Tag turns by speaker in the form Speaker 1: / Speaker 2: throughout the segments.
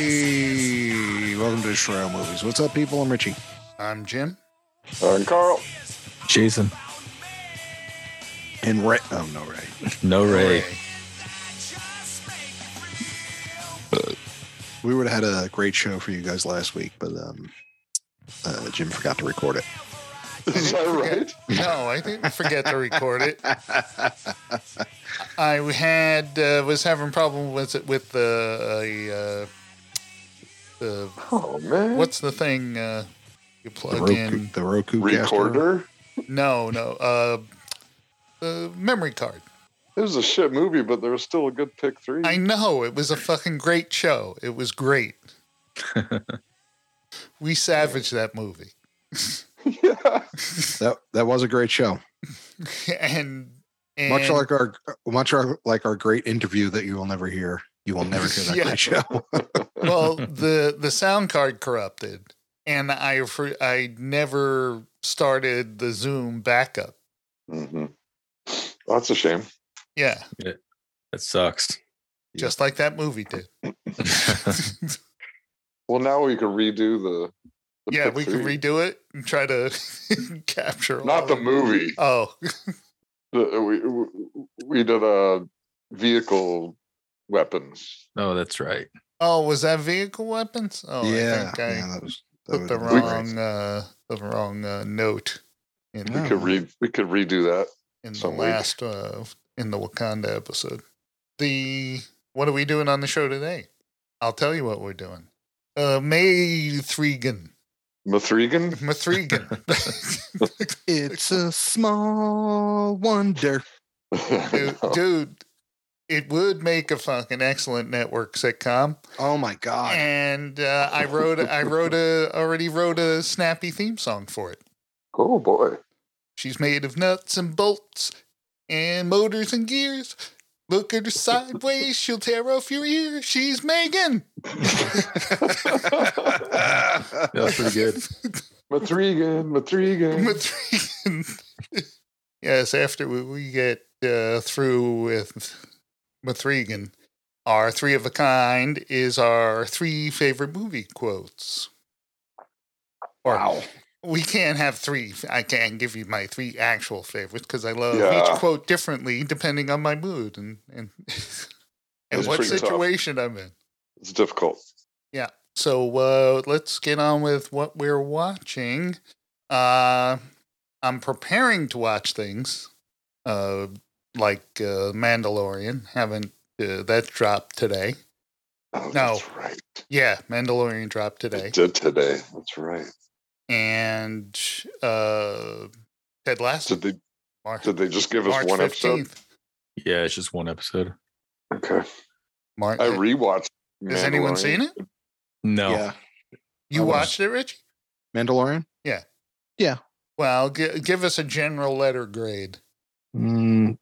Speaker 1: Hey, welcome to Destroy All Movies. What's up, people? I'm Richie.
Speaker 2: I'm Jim.
Speaker 3: I'm Carl.
Speaker 4: Jason.
Speaker 1: And Ray. Oh, no, Ray.
Speaker 4: No Ray.
Speaker 1: We would have had a great show for you guys last week, but um, uh, Jim forgot to record it.
Speaker 3: Is that right?
Speaker 2: No, I didn't forget to record it. I had uh, was having problem with it with the uh, the
Speaker 3: Oh man.
Speaker 2: what's the thing uh, you
Speaker 1: The
Speaker 2: plug
Speaker 1: Roku,
Speaker 2: in?
Speaker 1: the Roku caster.
Speaker 3: recorder?
Speaker 2: No, no, uh, the memory card.
Speaker 3: It was a shit movie, but there was still a good pick three.
Speaker 2: I know it was a fucking great show. It was great. we savaged that movie,
Speaker 3: yeah.
Speaker 1: That that was a great show.
Speaker 2: and, and
Speaker 1: Much like our much our, like our great interview that you will never hear. You will never hear that
Speaker 2: Yeah.
Speaker 1: great show.
Speaker 2: well the the sound card corrupted and i fr- i never started the zoom backup
Speaker 3: hmm That's a shame.
Speaker 2: yeah
Speaker 4: That sucks.
Speaker 2: just like that movie did
Speaker 3: Well, now we can redo the. the
Speaker 2: yeah
Speaker 3: pick
Speaker 2: we can
Speaker 3: three.
Speaker 2: redo it and try to capture all
Speaker 3: Not the
Speaker 2: of-
Speaker 3: movie.
Speaker 2: oh
Speaker 3: The- We, we- we did a vehicle weapons.
Speaker 4: oh, that's right.
Speaker 2: oh was that vehicle weapons oh i
Speaker 1: yeah,
Speaker 2: think i
Speaker 1: yeah, that was that
Speaker 2: put
Speaker 1: was-
Speaker 2: the
Speaker 1: that was great.
Speaker 2: wrong uh the wrong uh, note in,
Speaker 1: Yeah.
Speaker 3: We could read. We could redo that.
Speaker 2: in the
Speaker 3: some week.
Speaker 2: last uh in the wakanda episode the what are we doing on the show today i'll tell you what we're doing uh may threegan
Speaker 3: Mathregan.
Speaker 2: Mathregan.
Speaker 1: It's a small wonder.
Speaker 2: dude, dude, it would make a fucking excellent network sitcom.
Speaker 1: Oh my god!
Speaker 2: And uh, I wrote, I wrote a, already wrote a snappy theme song for it.
Speaker 3: oh boy.
Speaker 2: She's made of nuts and bolts and motors and gears. Look at her sideways, she'll tear off your ear. She's Megan.
Speaker 4: That was pretty good.
Speaker 3: Mathregan. Mathregan.
Speaker 2: Mathregan. yes, after we, we get uh, through with Mathregan, our three of a kind is our three favorite movie quotes. Or we can't have three. I can't give you my three actual favorites because I love
Speaker 3: Yeah.
Speaker 2: each quote differently depending on my mood and and, and
Speaker 3: That's
Speaker 2: what
Speaker 3: pretty tough.
Speaker 2: situation I'm in.
Speaker 3: It's difficult.
Speaker 2: So uh, let's get on with what we're watching. Uh, I'm preparing to watch things uh, like uh, Mandalorian. Haven't uh, that dropped today?
Speaker 3: Oh,
Speaker 2: No.
Speaker 3: That's right.
Speaker 2: Yeah, Mandalorian dropped today,
Speaker 3: It did today. That's right.
Speaker 2: and uh, Ted Lasso.
Speaker 3: Did they?
Speaker 2: Mar-
Speaker 3: Did they just give us one episode?
Speaker 4: Yeah, it's just one episode.
Speaker 3: Okay.
Speaker 2: Mar- uh,
Speaker 3: I rewatched.
Speaker 2: Has anyone seen it?
Speaker 4: No.
Speaker 1: Yeah,
Speaker 2: You
Speaker 1: I was-
Speaker 2: watched it, Richie?
Speaker 1: Mandalorian.
Speaker 2: Well, g- give us a general letter grade.
Speaker 1: Mm,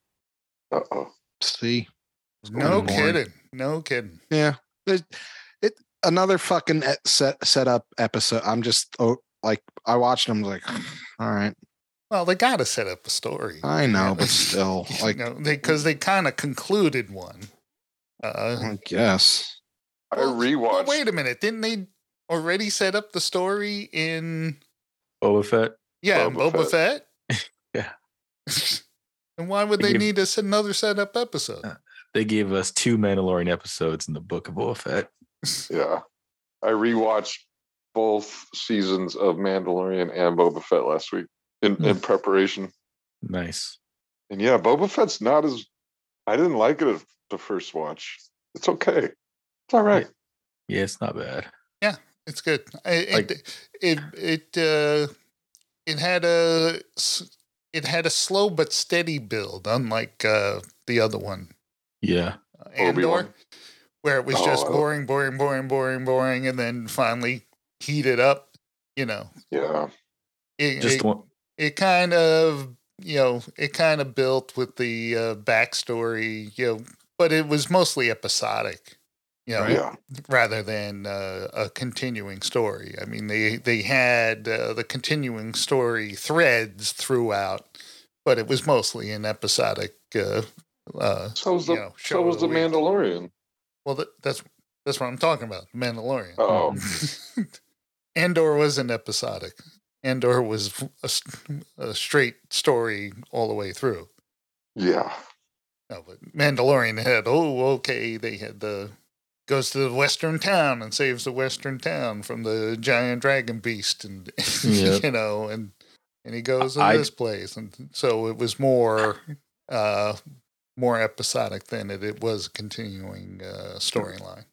Speaker 3: Uh oh.
Speaker 1: see,
Speaker 2: No
Speaker 4: Morning.
Speaker 2: kidding. No kidding.
Speaker 1: yeah, it, it another fucking e- set set up episode. I'm just oh, like I watched. them like, all right,
Speaker 2: Well, they got to set up a story.
Speaker 1: I know, but still,
Speaker 2: like
Speaker 1: like,
Speaker 2: no, they because they kind of concluded one. Uh,
Speaker 1: I guess.
Speaker 3: I
Speaker 2: Well, well,
Speaker 3: rewatched.
Speaker 2: wait a minute, didn't they already set up the story in
Speaker 4: Boba Fett.
Speaker 2: yeah in
Speaker 3: Boba
Speaker 2: Boba, Fett?
Speaker 4: Yeah.
Speaker 2: and why would they
Speaker 4: Give-
Speaker 2: need us another setup episode?
Speaker 4: Uh, They gave us two Mandalorian episodes in the book of Boba Fett.
Speaker 3: Yeah. I rewatched both seasons of Mandalorian and Boba Fett last week in,
Speaker 2: Hmm.
Speaker 3: in preparation.
Speaker 4: Nice.
Speaker 3: And yeah, Boba Fett's not as I didn't like it at the first watch. It's okay. It's all right.
Speaker 4: Yeah, it's not bad.
Speaker 2: It's good. I- It
Speaker 4: Like-
Speaker 2: it it it, uh, it had a s- it had a slow but steady build, unlike uh, the other one,
Speaker 4: Yeah.
Speaker 2: uh, Andor.
Speaker 3: Obi-Wan.
Speaker 2: where it was
Speaker 3: Oh,
Speaker 2: just
Speaker 3: I-
Speaker 2: boring, boring, boring, boring, boring, and then finally heated up. You know,
Speaker 3: Yeah.
Speaker 2: it
Speaker 4: Just
Speaker 2: it,
Speaker 4: one.
Speaker 2: it kind of you know it kind of built with the uh, backstory. You know, but it was mostly episodic. You know,
Speaker 3: Yeah.
Speaker 2: rather than uh, a continuing story. I mean, they they had uh, the continuing story threads throughout, but it was mostly an episodic. Uh, uh,
Speaker 3: So was the
Speaker 2: you know, show
Speaker 3: so was
Speaker 2: of the
Speaker 3: the
Speaker 2: week.
Speaker 3: Mandalorian.
Speaker 2: well, that, that's That's what I'm talking about. Mandalorian.
Speaker 3: Oh,
Speaker 2: Andor wasn't episodic. Andor was a, st- a straight story all the way through.
Speaker 3: yeah.
Speaker 2: No, but Mandalorian had oh okay they had the goes to the western town and saves the western town from the giant dragon beast and
Speaker 4: Yep.
Speaker 2: you know and and he goes to
Speaker 4: I-
Speaker 2: this place and so it was more uh more episodic than it, it was a continuing uh storyline.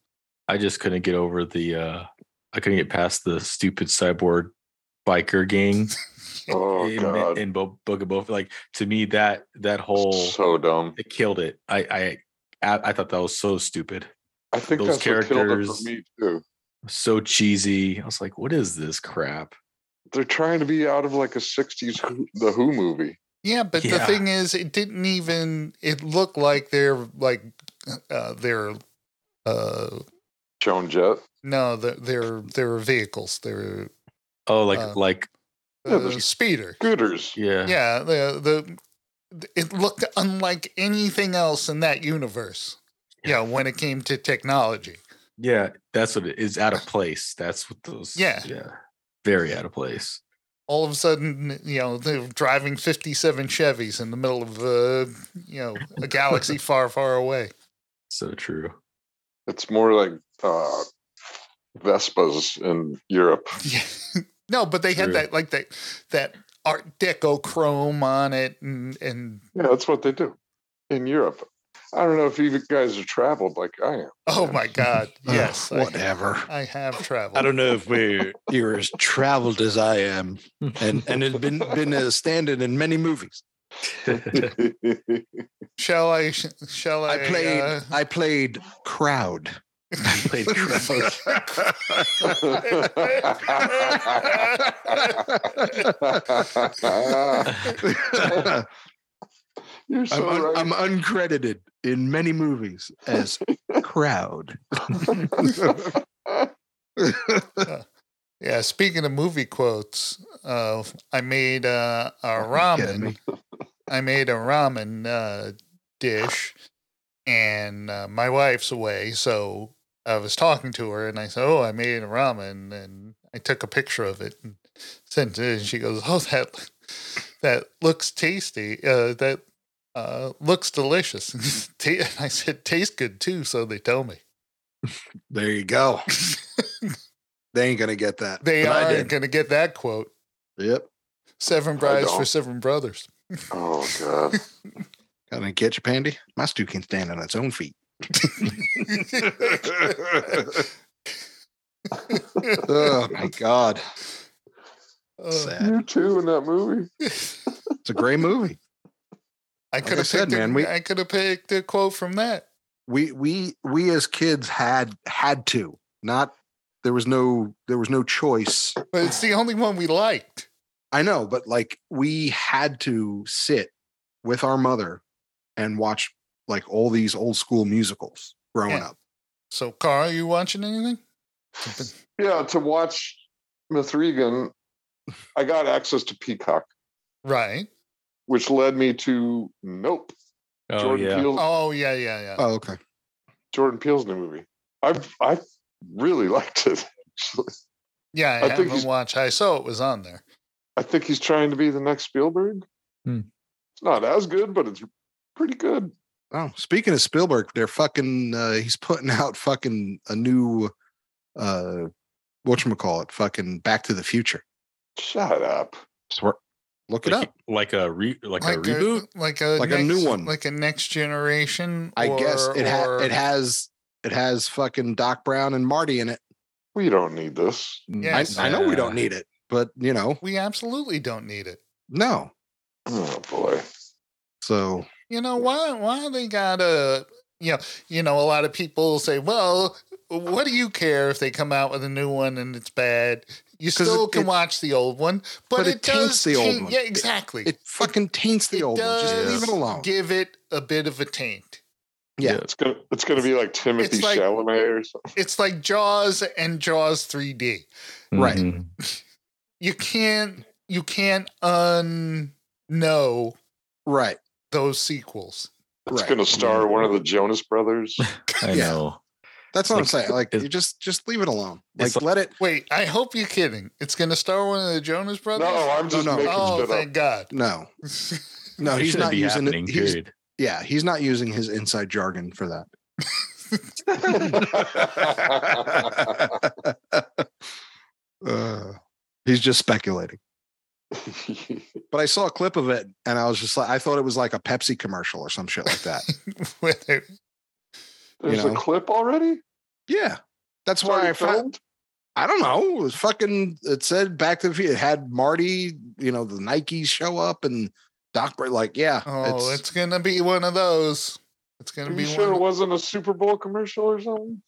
Speaker 4: I just couldn't get over the uh I couldn't get past the stupid cyborg biker gang
Speaker 3: Oh
Speaker 4: in,
Speaker 3: god,
Speaker 4: in Bo- Book of Boba. Fett. Like to me that that whole
Speaker 3: so dumb.
Speaker 4: it killed it. I I I I thought that was so stupid.
Speaker 3: I think that's
Speaker 4: those
Speaker 3: what killed it
Speaker 4: characters-
Speaker 3: for me too.
Speaker 4: So cheesy. I was like, what is this crap?
Speaker 3: They're trying to be out of like a '60s Who- the Who movie.
Speaker 2: Yeah, but the
Speaker 4: Yeah.
Speaker 2: thing is, it didn't even. It looked like they're like uh, their uh,
Speaker 3: Joan Jett.
Speaker 2: no, the- their their vehicles, their
Speaker 4: Oh, like
Speaker 2: Uh,
Speaker 4: like
Speaker 3: Yeah,
Speaker 2: uh,
Speaker 3: they're-
Speaker 2: speeder.
Speaker 3: Scooters.
Speaker 4: yeah.
Speaker 2: Yeah, the the it looked unlike anything else in that universe. Yeah, when it came to technology.
Speaker 4: Yeah, that's what it is. Out of place. That's what those.
Speaker 2: Yeah.
Speaker 4: yeah, very out of place.
Speaker 2: all of a sudden, you know, they're driving 57 Chevys in the middle of, uh, you know, a galaxy far, far away.
Speaker 4: So true.
Speaker 3: It's more like uh, Vespas in Europe.
Speaker 2: Yeah. no, but they
Speaker 4: True.
Speaker 2: had that, like that, that Art Deco chrome on it, and and
Speaker 3: Yeah, that's what they do in Europe. I don't know if you guys have traveled like I am.
Speaker 2: oh my god,
Speaker 1: Ugh,
Speaker 2: yes, I,
Speaker 1: whatever.
Speaker 2: I have traveled.
Speaker 5: I don't know if we're you're as traveled as I am, and and it's been been a standard in many movies.
Speaker 2: Shall I? sh- Shall I?
Speaker 1: I played
Speaker 2: uh,
Speaker 1: I played crowd.
Speaker 4: Played crowd.
Speaker 3: You're
Speaker 1: I'm,
Speaker 3: so
Speaker 1: un-
Speaker 3: right.
Speaker 1: I'm uncredited in many movies as crowd.
Speaker 2: yeah. Speaking of movie quotes, uh, I made uh, a
Speaker 1: Are you kidding
Speaker 2: ramen.
Speaker 1: me?
Speaker 2: I made a ramen uh, dish, and uh, my wife's away, so I was talking to her, and I said, "Oh, I made a ramen," and I took a picture of it and sent it, and she goes, "Oh, that that looks tasty. Uh, that uh, looks delicious." Ta- and I said, "Tastes good too," so they tell me
Speaker 1: There you go. they ain't gonna get that.
Speaker 2: they
Speaker 1: but I
Speaker 2: aren't
Speaker 1: did.
Speaker 2: going to get that quote.
Speaker 1: Yep.
Speaker 2: Seven brides for
Speaker 3: don't.
Speaker 2: seven brothers.
Speaker 3: oh god.
Speaker 1: Gonna get you, Pandy. My stew can stand on its own feet. Oh my god.
Speaker 2: Uh,
Speaker 1: Sad.
Speaker 3: You too in that movie.
Speaker 1: It's a great movie.
Speaker 2: I
Speaker 1: Like
Speaker 2: could
Speaker 1: I
Speaker 2: have
Speaker 1: said,
Speaker 2: picked.
Speaker 1: man,
Speaker 2: a,
Speaker 1: we-
Speaker 2: I could have picked a quote from that.
Speaker 1: We we we as kids had had to. Not there was no there was no choice.
Speaker 2: But it's the only one we liked.
Speaker 1: I know, but like we had to sit with our mother and watch like all these old school musicals growing
Speaker 2: Yeah.
Speaker 1: up.
Speaker 2: So, Carl, you watching anything?
Speaker 3: Yeah, to watch Mithrigan, I got access to Peacock,
Speaker 2: Right.
Speaker 3: which led me to Nope.
Speaker 4: Oh
Speaker 3: Jordan
Speaker 4: yeah.
Speaker 3: Peele
Speaker 2: Oh yeah, yeah, yeah.
Speaker 1: Oh, okay.
Speaker 3: Jordan Peele's new movie. I I really liked it. actually.
Speaker 2: yeah, I,
Speaker 3: I think
Speaker 2: haven't
Speaker 3: he's-
Speaker 2: watched. I saw it was on there.
Speaker 3: I think he's trying to be the next Spielberg.
Speaker 4: Hmm.
Speaker 3: It's not as good, but it's pretty good.
Speaker 1: Oh, speaking of Spielberg, they're fucking uh, he's putting out fucking a new uh whatchamacallit, fucking Back to the Future.
Speaker 3: Shut up.
Speaker 1: Swear. Look it
Speaker 4: Like,
Speaker 1: up.
Speaker 4: like a re, like, a
Speaker 2: a-
Speaker 4: reboot.
Speaker 2: like a
Speaker 1: Like a new
Speaker 2: next-
Speaker 1: one.
Speaker 2: like a next generation.
Speaker 1: I guess
Speaker 2: or-
Speaker 1: it ha-
Speaker 2: or-
Speaker 1: it has it has fucking Doc Brown and Marty in it.
Speaker 3: We don't need this.
Speaker 1: I,
Speaker 2: Yes.
Speaker 1: I know we don't
Speaker 4: Yeah.
Speaker 1: need it, but you know,
Speaker 2: We absolutely don't need it.
Speaker 1: no.
Speaker 3: Oh boy.
Speaker 1: So
Speaker 2: You know why? Why they gotta? You know, you know. A lot of people say, "Well, what do you care if they come out with a new one and it's bad? You
Speaker 1: 'Cause
Speaker 2: still
Speaker 1: it-
Speaker 2: can
Speaker 1: it-
Speaker 2: watch the old one, but,
Speaker 1: but
Speaker 2: it,
Speaker 1: it taints
Speaker 2: does
Speaker 1: the old
Speaker 2: taint-
Speaker 1: one.
Speaker 2: Yeah,
Speaker 1: It-
Speaker 2: exactly.
Speaker 1: it fucking taints the
Speaker 2: it
Speaker 1: old one. Just leave it
Speaker 2: does
Speaker 1: alone.
Speaker 2: give it a bit of a taint.
Speaker 1: Yeah.
Speaker 3: It's gonna it's gonna be like Timothy
Speaker 2: like-
Speaker 3: Chalamet or something.
Speaker 2: It's like Jaws and Jaws 3D.
Speaker 1: Right.
Speaker 4: Mhm.
Speaker 2: You can't you can't unknow
Speaker 1: Right.
Speaker 2: those sequels.
Speaker 3: It's
Speaker 1: Right.
Speaker 3: gonna star one of the Jonas brothers.
Speaker 4: I
Speaker 1: Yeah.
Speaker 4: know.
Speaker 1: That's what I'm
Speaker 4: Like,
Speaker 1: saying. Like
Speaker 4: it's-
Speaker 1: you just just leave it alone.
Speaker 4: It's
Speaker 1: Like let it.
Speaker 2: Wait, I hope you're kidding. It's going to star one of the Jonas brothers.
Speaker 3: No, I'm just
Speaker 1: no.
Speaker 3: making
Speaker 2: oh,
Speaker 3: shit up.
Speaker 2: thank God.
Speaker 1: No, no,
Speaker 4: It
Speaker 1: he's
Speaker 4: shouldn't
Speaker 1: not
Speaker 4: be
Speaker 1: using
Speaker 4: happening,
Speaker 1: it. He's,
Speaker 4: period.
Speaker 1: yeah, he's not using his inside jargon for that. Uh, he's just speculating. But I saw a clip of it, and I was just like, I thought it was like a Pepsi commercial or some shit like that.
Speaker 2: Whether
Speaker 3: There's
Speaker 1: know?
Speaker 3: a clip already.
Speaker 1: yeah, that's
Speaker 3: It's
Speaker 1: why
Speaker 3: already
Speaker 1: I found.
Speaker 3: filmed?
Speaker 1: I don't know. It was fucking. It said Back to the Future. It had Marty. You know, the Nikes show up and Doc. Br- Like, yeah,
Speaker 2: oh, it's, going to be one of those. It's going
Speaker 3: Are
Speaker 2: to
Speaker 3: you
Speaker 2: be
Speaker 3: sure it
Speaker 2: one. Of,
Speaker 3: wasn't a Super Bowl commercial or something?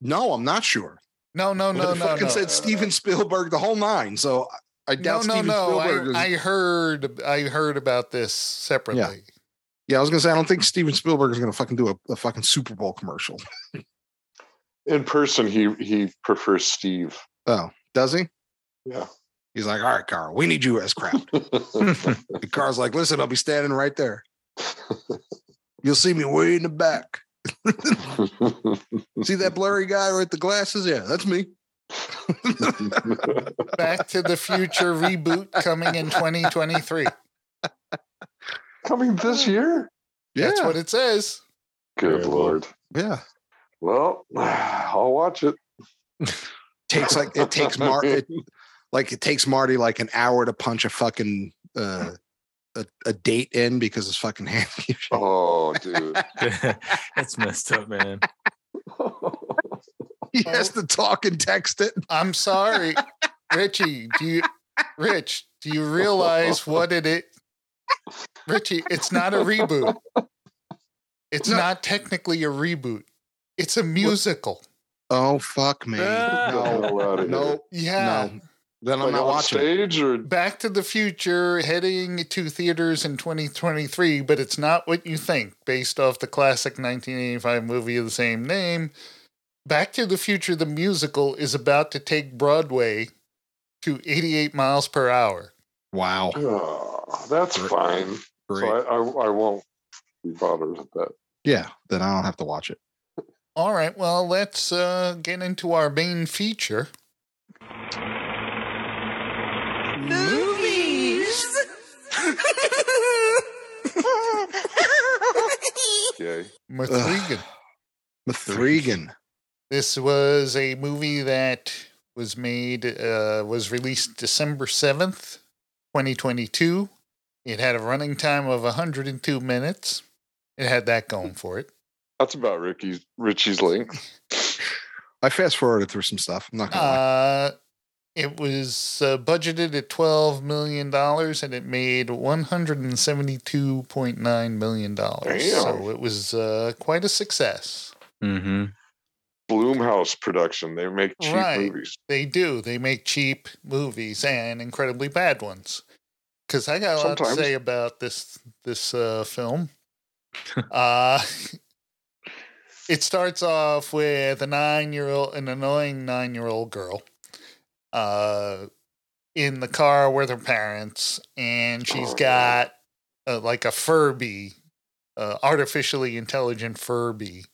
Speaker 1: no. I'm not sure.
Speaker 2: no, no,
Speaker 1: But
Speaker 2: no,
Speaker 1: it
Speaker 2: no,
Speaker 1: fucking
Speaker 2: no.
Speaker 1: said Steven Spielberg the whole nine. So I- I
Speaker 2: No,
Speaker 1: doubt
Speaker 2: no,
Speaker 1: Steven
Speaker 2: no.
Speaker 1: Spielberg. is,
Speaker 2: I, I heard. I heard about this separately.
Speaker 1: yeah, I was gonna say I don't think Steven Spielberg is gonna fucking do a, a fucking Super Bowl commercial.
Speaker 3: In person, he he prefers Steve.
Speaker 1: Oh, does he?
Speaker 3: Yeah.
Speaker 1: He's like, all right, Carl, we need you as crowd. and Carl's like, listen, I'll be standing right there. You'll see me way in the back. See that blurry guy with the glasses? Yeah, that's me.
Speaker 2: Back to the Future reboot coming in 2023.
Speaker 3: Coming this year?
Speaker 1: Yeah,
Speaker 2: That's what it says.
Speaker 3: Good
Speaker 4: Yeah, well.
Speaker 3: lord.
Speaker 1: yeah.
Speaker 3: Well, I'll watch it.
Speaker 1: Takes like it takes Mar it, like it takes Marty like an hour to punch a fucking uh a, a date in because his fucking hand keeps shaking.
Speaker 3: Oh, dude.
Speaker 4: That's messed up, man.
Speaker 1: he has to talk and text it.
Speaker 2: I'm sorry, Richie. Do you, Rich? Do you realize what it is? Richie, it's not a reboot. It's
Speaker 1: No.
Speaker 2: not technically a reboot. It's a musical.
Speaker 1: Oh fuck me.
Speaker 4: Ah.
Speaker 1: No,
Speaker 3: out
Speaker 1: no,
Speaker 2: Yeah.
Speaker 1: no. Then I'm not watching. it.
Speaker 3: stage or
Speaker 2: Back to the Future heading to theaters in 2023, but it's not what you think. Based off the classic 1985 movie of the same name, Back to the Future the musical is about to take Broadway to 88 miles per hour.
Speaker 1: Wow.
Speaker 3: Oh, that's
Speaker 1: Great.
Speaker 3: fine. So
Speaker 1: Great.
Speaker 3: I, I, I won't be bothered with that.
Speaker 1: Yeah, then I don't have to watch it.
Speaker 2: All right, well, let's uh, get into our main feature.
Speaker 6: Movies.
Speaker 3: Yay.
Speaker 2: Mathregan.
Speaker 1: Mathregan.
Speaker 2: This was a movie that was made, uh, was released December 7th, 2022. It had a running time of 102 minutes. It had that going for it.
Speaker 3: That's about Ricky's Richie's length.
Speaker 1: I fast forwarded through some stuff. I'm not gonna lie.
Speaker 2: Uh, it was uh, budgeted at $12 million and it made $172.9 million. So it was uh, quite a success.
Speaker 4: Mm-hmm.
Speaker 3: Bloomhouse production. They make cheap
Speaker 2: Right.
Speaker 3: movies.
Speaker 2: They do. They make cheap movies and incredibly bad ones. Because I got a lot
Speaker 3: Sometimes.
Speaker 2: to say about this this uh, film. uh, it starts off with a nine year old, an annoying nine year old girl, uh, in the car with her parents, and she's
Speaker 3: Oh, yeah.
Speaker 2: got uh, like a Furby, uh, artificially intelligent Furby,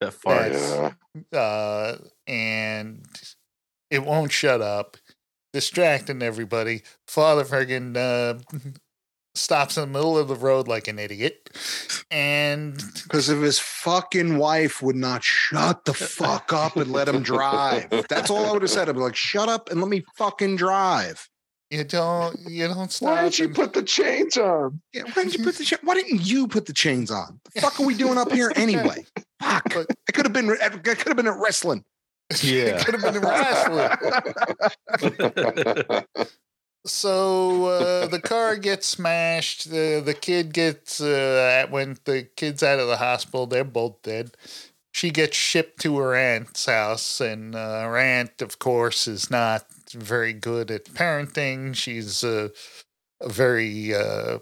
Speaker 4: That far.
Speaker 2: Yes.
Speaker 3: Yeah.
Speaker 2: uh, and it won't shut up, distracting everybody. Father friggin' uh, stops in the middle of the road like an idiot, and
Speaker 1: Because if his fucking wife would not shut the fuck up and let him drive, that's all I would have said. I'd be like, shut up and let me fucking drive.
Speaker 2: you don't you don't stop.
Speaker 3: Why did you
Speaker 2: and-
Speaker 3: put the chains on?
Speaker 1: Yeah, why didn't you put the cha- why didn't you put the chains on? The fuck are we doing up here anyway? Fuck!
Speaker 2: But-
Speaker 1: I could have been I could have been at wrestling.
Speaker 4: Yeah.
Speaker 2: could have been wrestling. So uh, the car gets smashed. The the kid gets uh, when the kid's out of the hospital, they're both dead. She gets shipped to her aunt's house, and uh, her aunt, of course, is not very good at parenting. She's uh, a very uh,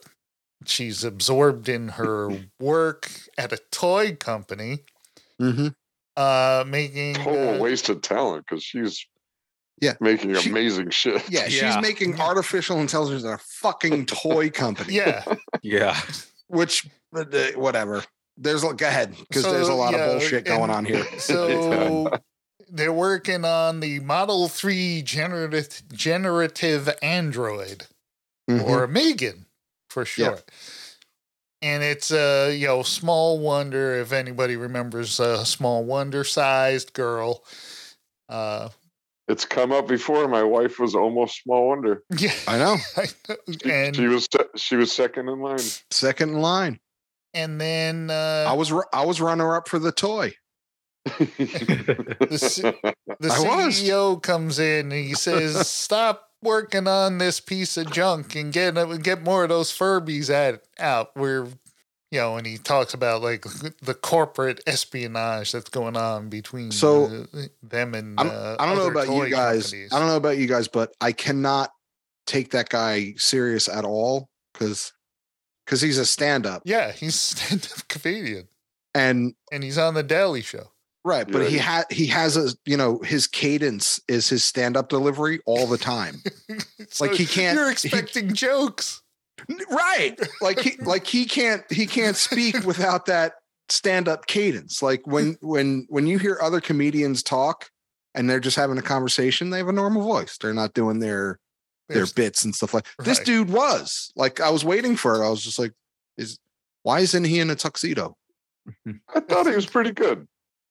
Speaker 2: she's absorbed in her work at a toy company,
Speaker 1: Mm-hmm.
Speaker 2: uh, making
Speaker 3: Total
Speaker 2: uh,
Speaker 3: waste of talent because she's
Speaker 1: Yeah.
Speaker 3: making
Speaker 1: She-
Speaker 3: amazing shit.
Speaker 1: Yeah,
Speaker 4: Yeah.
Speaker 1: she's making artificial intelligence at a fucking toy company.
Speaker 2: yeah
Speaker 4: yeah.
Speaker 1: which uh, whatever. There's go ahead because there's a
Speaker 2: So,
Speaker 1: lot
Speaker 2: yeah,
Speaker 1: of bullshit going
Speaker 2: and-
Speaker 1: on here.
Speaker 2: So they're working on the Model 3 generative, generative android,
Speaker 1: Mm-hmm.
Speaker 2: or Megan for
Speaker 1: Yeah.
Speaker 2: short. And it's uh, you know, Small Wonder, if anybody remembers uh, Small Wonder sized girl. Uh,
Speaker 3: It's come up before. My wife was almost small wonder.
Speaker 2: yeah.
Speaker 1: I know.
Speaker 3: She,
Speaker 2: and
Speaker 3: she was se- she was second in line.
Speaker 1: Second in line.
Speaker 2: and then
Speaker 1: I
Speaker 2: uh,
Speaker 1: was ru- I was runner up for the toy.
Speaker 2: the, C- the
Speaker 1: I was.
Speaker 2: CEO comes in and he says, "Stop working on this piece of junk and get get more of those Furbies at, out." We're you know, and he talks about like the corporate espionage that's going on between
Speaker 1: So,
Speaker 2: uh, them and
Speaker 1: I'm-
Speaker 2: uh,
Speaker 1: I don't know
Speaker 2: other
Speaker 1: about
Speaker 2: toy
Speaker 1: you guys.
Speaker 2: companies.
Speaker 1: I don't know about you guys, but I cannot take that guy serious at all because because he's a stand up
Speaker 2: Yeah, he's stand-up comedian
Speaker 1: and
Speaker 2: and he's on the Daily Show.
Speaker 1: right, but he
Speaker 3: Yeah.
Speaker 1: had he has a you know his cadence is his stand up delivery all the time.
Speaker 2: So
Speaker 1: Like, he can't-
Speaker 2: You're
Speaker 1: he-
Speaker 2: expecting jokes.
Speaker 1: right, like he like he can't he can't speak without that stand up cadence. Like when when when you hear other comedians talk and they're just having a conversation, they have a normal voice. They're not doing their their
Speaker 2: There's-
Speaker 1: bits and stuff like this
Speaker 2: Right.
Speaker 1: dude was like i was waiting for it i was just like is why isn't he in a tuxedo
Speaker 3: I thought he was pretty good.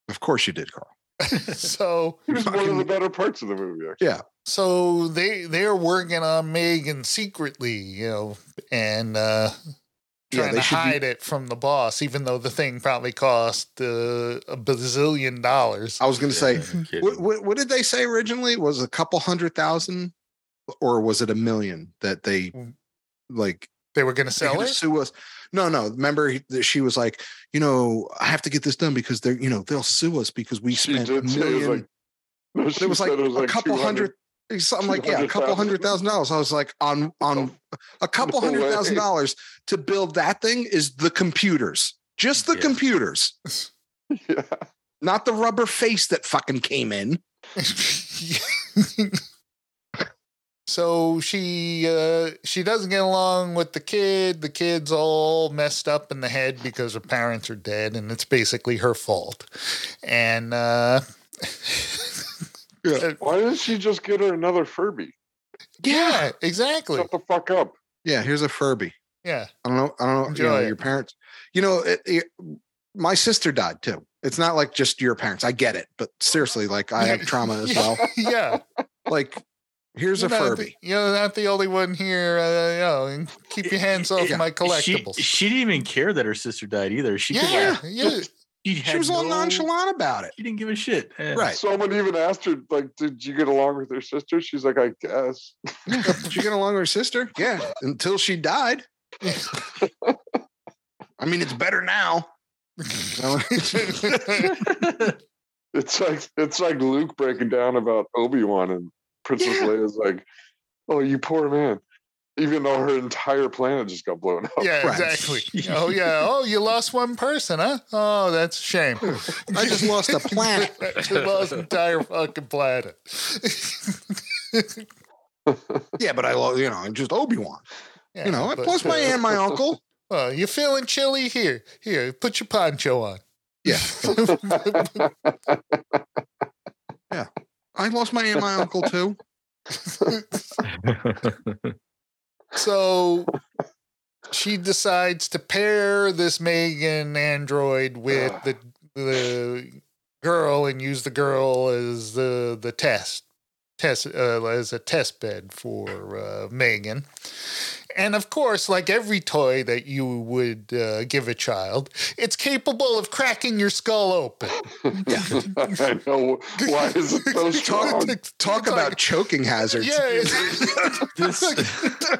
Speaker 1: of course you did carl
Speaker 2: so
Speaker 3: He was one of the
Speaker 1: Fucking-
Speaker 3: better parts of the movie. Actually.
Speaker 2: so they they're working on Megan secretly, you know, and uh
Speaker 1: Yeah,
Speaker 2: trying
Speaker 1: they
Speaker 2: to
Speaker 1: should be-
Speaker 2: hide it from the boss, even though the thing probably cost uh, a bazillion dollars.
Speaker 1: i was gonna say
Speaker 4: Yeah, no kidding.
Speaker 1: what, what, what did they say originally was it a couple hundred thousand or was it a million that they like
Speaker 2: They were going to
Speaker 1: they're
Speaker 2: sell
Speaker 1: gonna
Speaker 2: it.
Speaker 1: sue us no no remember he- that she was like you know i have to get this done because they're you know they'll sue us because we
Speaker 3: She
Speaker 1: spent a
Speaker 3: did say it was
Speaker 1: million
Speaker 3: like- No, she
Speaker 1: it was like
Speaker 3: said
Speaker 1: a couple
Speaker 3: 200.
Speaker 1: hundred eh, something like yeah a couple hundred thousand dollars i was like on on a couple
Speaker 3: Oh, No
Speaker 1: hundred thousand
Speaker 3: way.
Speaker 1: dollars to build that thing is the computers just the
Speaker 4: Yeah.
Speaker 1: computers not the rubber face that fucking came in
Speaker 2: so she uh, she doesn't get along with the kid. The kid's all messed up in the head because her parents are dead, and it's basically her fault. And uh,
Speaker 1: Yeah.
Speaker 3: Why didn't she just get her another Furby?
Speaker 2: yeah, exactly.
Speaker 3: Shut the fuck up.
Speaker 1: yeah here's a furby
Speaker 2: Yeah,
Speaker 1: i don't know i don't know, you know
Speaker 2: Enjoy it.
Speaker 1: your parents you know it, it, my sister died too it's not like just your parents i get it but seriously like i have trauma as well
Speaker 2: yeah.
Speaker 1: like here's a
Speaker 2: You're not the-
Speaker 1: furby
Speaker 2: you're not the only one here. Uh, you know, and keep your hands off
Speaker 1: Yeah.
Speaker 2: my
Speaker 4: she,
Speaker 2: collectibles.
Speaker 4: she didn't even care that her sister died either. She could,
Speaker 2: yeah,
Speaker 4: like,
Speaker 2: yeah.
Speaker 4: she,
Speaker 1: she
Speaker 4: had
Speaker 1: was all
Speaker 4: no-
Speaker 1: nonchalant about it
Speaker 4: She didn't give a shit. Eh.
Speaker 1: Right.
Speaker 3: Someone even asked her, like, did you get along with her sister? She's like, I guess.
Speaker 1: Did you get along with her sister? Yeah, until she died. I mean, it's better now.
Speaker 3: It's like it's like Luke breaking down about Obi-Wan and Princess
Speaker 1: Yeah.
Speaker 3: Leia's like, Oh, you poor man. Even though her entire planet just got blown up.
Speaker 2: yeah,
Speaker 1: Right.
Speaker 2: exactly. Oh yeah. Oh, you lost one person, huh? Oh, that's a shame.
Speaker 1: Hmm. I just lost a planet.
Speaker 2: Just lost an entire fucking planet.
Speaker 1: Yeah, but I love you know, I'm just Obi Wan.
Speaker 2: Yeah,
Speaker 1: You know,
Speaker 2: but,
Speaker 1: plus my aunt, and my uncle.
Speaker 2: Well, you're feeling chilly here. Here, put your poncho on.
Speaker 1: Yeah. I lost my aunt, and my uncle too.
Speaker 2: so she decides to pair this Megan android with the the girl and use the girl as the the test test uh, as a test bed for uh, Megan. And of course, like every toy that you would uh, give a child, it's capable of cracking your skull open.
Speaker 3: I know. Why is it so strong?
Speaker 1: Talk about choking hazards.
Speaker 2: yeah, it's-
Speaker 4: This,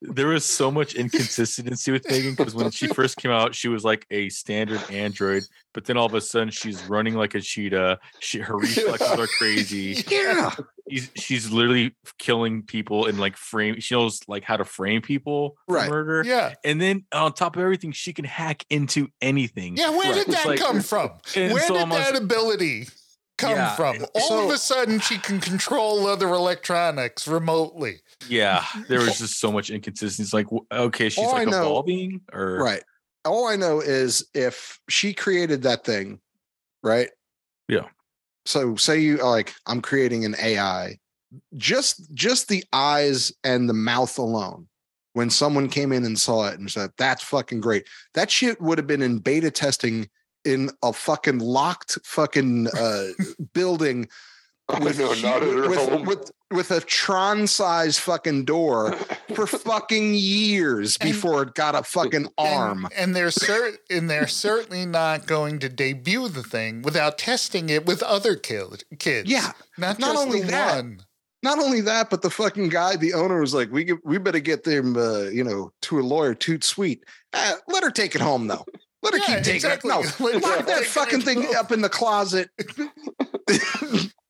Speaker 4: there was so much inconsistency with Megan because when she first came out, she was like a standard android, but then all of a sudden she's running like a cheetah. She, her reflexes are crazy.
Speaker 1: Yeah.
Speaker 4: She's, she's literally killing people and like frame. She knows like how to frame people for
Speaker 1: Right.
Speaker 4: murder.
Speaker 2: yeah,
Speaker 4: And then on top of everything, she can hack into anything.
Speaker 2: yeah. Where did
Speaker 4: It's
Speaker 2: that
Speaker 4: like-
Speaker 2: come from?
Speaker 4: And
Speaker 2: Where
Speaker 4: so
Speaker 2: did
Speaker 4: I'm like-
Speaker 2: that ability come
Speaker 4: Yeah,
Speaker 2: from? All of
Speaker 1: so-
Speaker 2: a sudden, she can control other electronics remotely. Oh,
Speaker 4: Yeah, there was just so much inconsistency. It's Like, wh- okay, she's
Speaker 1: All I
Speaker 4: like
Speaker 1: know-
Speaker 4: evolving, or
Speaker 1: Right. all I know is if she created that thing, right?
Speaker 4: Yeah.
Speaker 1: So say you like I'm creating an AI. Just just the eyes and the mouth alone. When someone came in and saw it and said, "That's fucking great," that shit would have been in beta testing in a fucking locked fucking uh, building
Speaker 3: I
Speaker 1: with,
Speaker 3: know, not at her
Speaker 1: with,
Speaker 3: home.
Speaker 1: with with a Tron size fucking door for fucking years
Speaker 2: And-
Speaker 1: before it got a fucking arm.
Speaker 2: And, and they're cer- and they're certainly not going to debut the thing without testing it with other kid- kids.
Speaker 1: yeah.
Speaker 2: not,
Speaker 1: not
Speaker 2: just
Speaker 1: only
Speaker 2: the
Speaker 1: that-
Speaker 2: one.
Speaker 1: Not only that, but the fucking guy, the owner was like, "We get, we better get them, uh, you know, to a lawyer, toot sweet. Uh, let her take it home though. Let her
Speaker 2: Yeah,
Speaker 1: keep taking
Speaker 2: exactly.
Speaker 1: it. No,
Speaker 2: Let her
Speaker 1: lock that
Speaker 2: take it
Speaker 1: fucking thing
Speaker 2: home.
Speaker 1: up in the closet.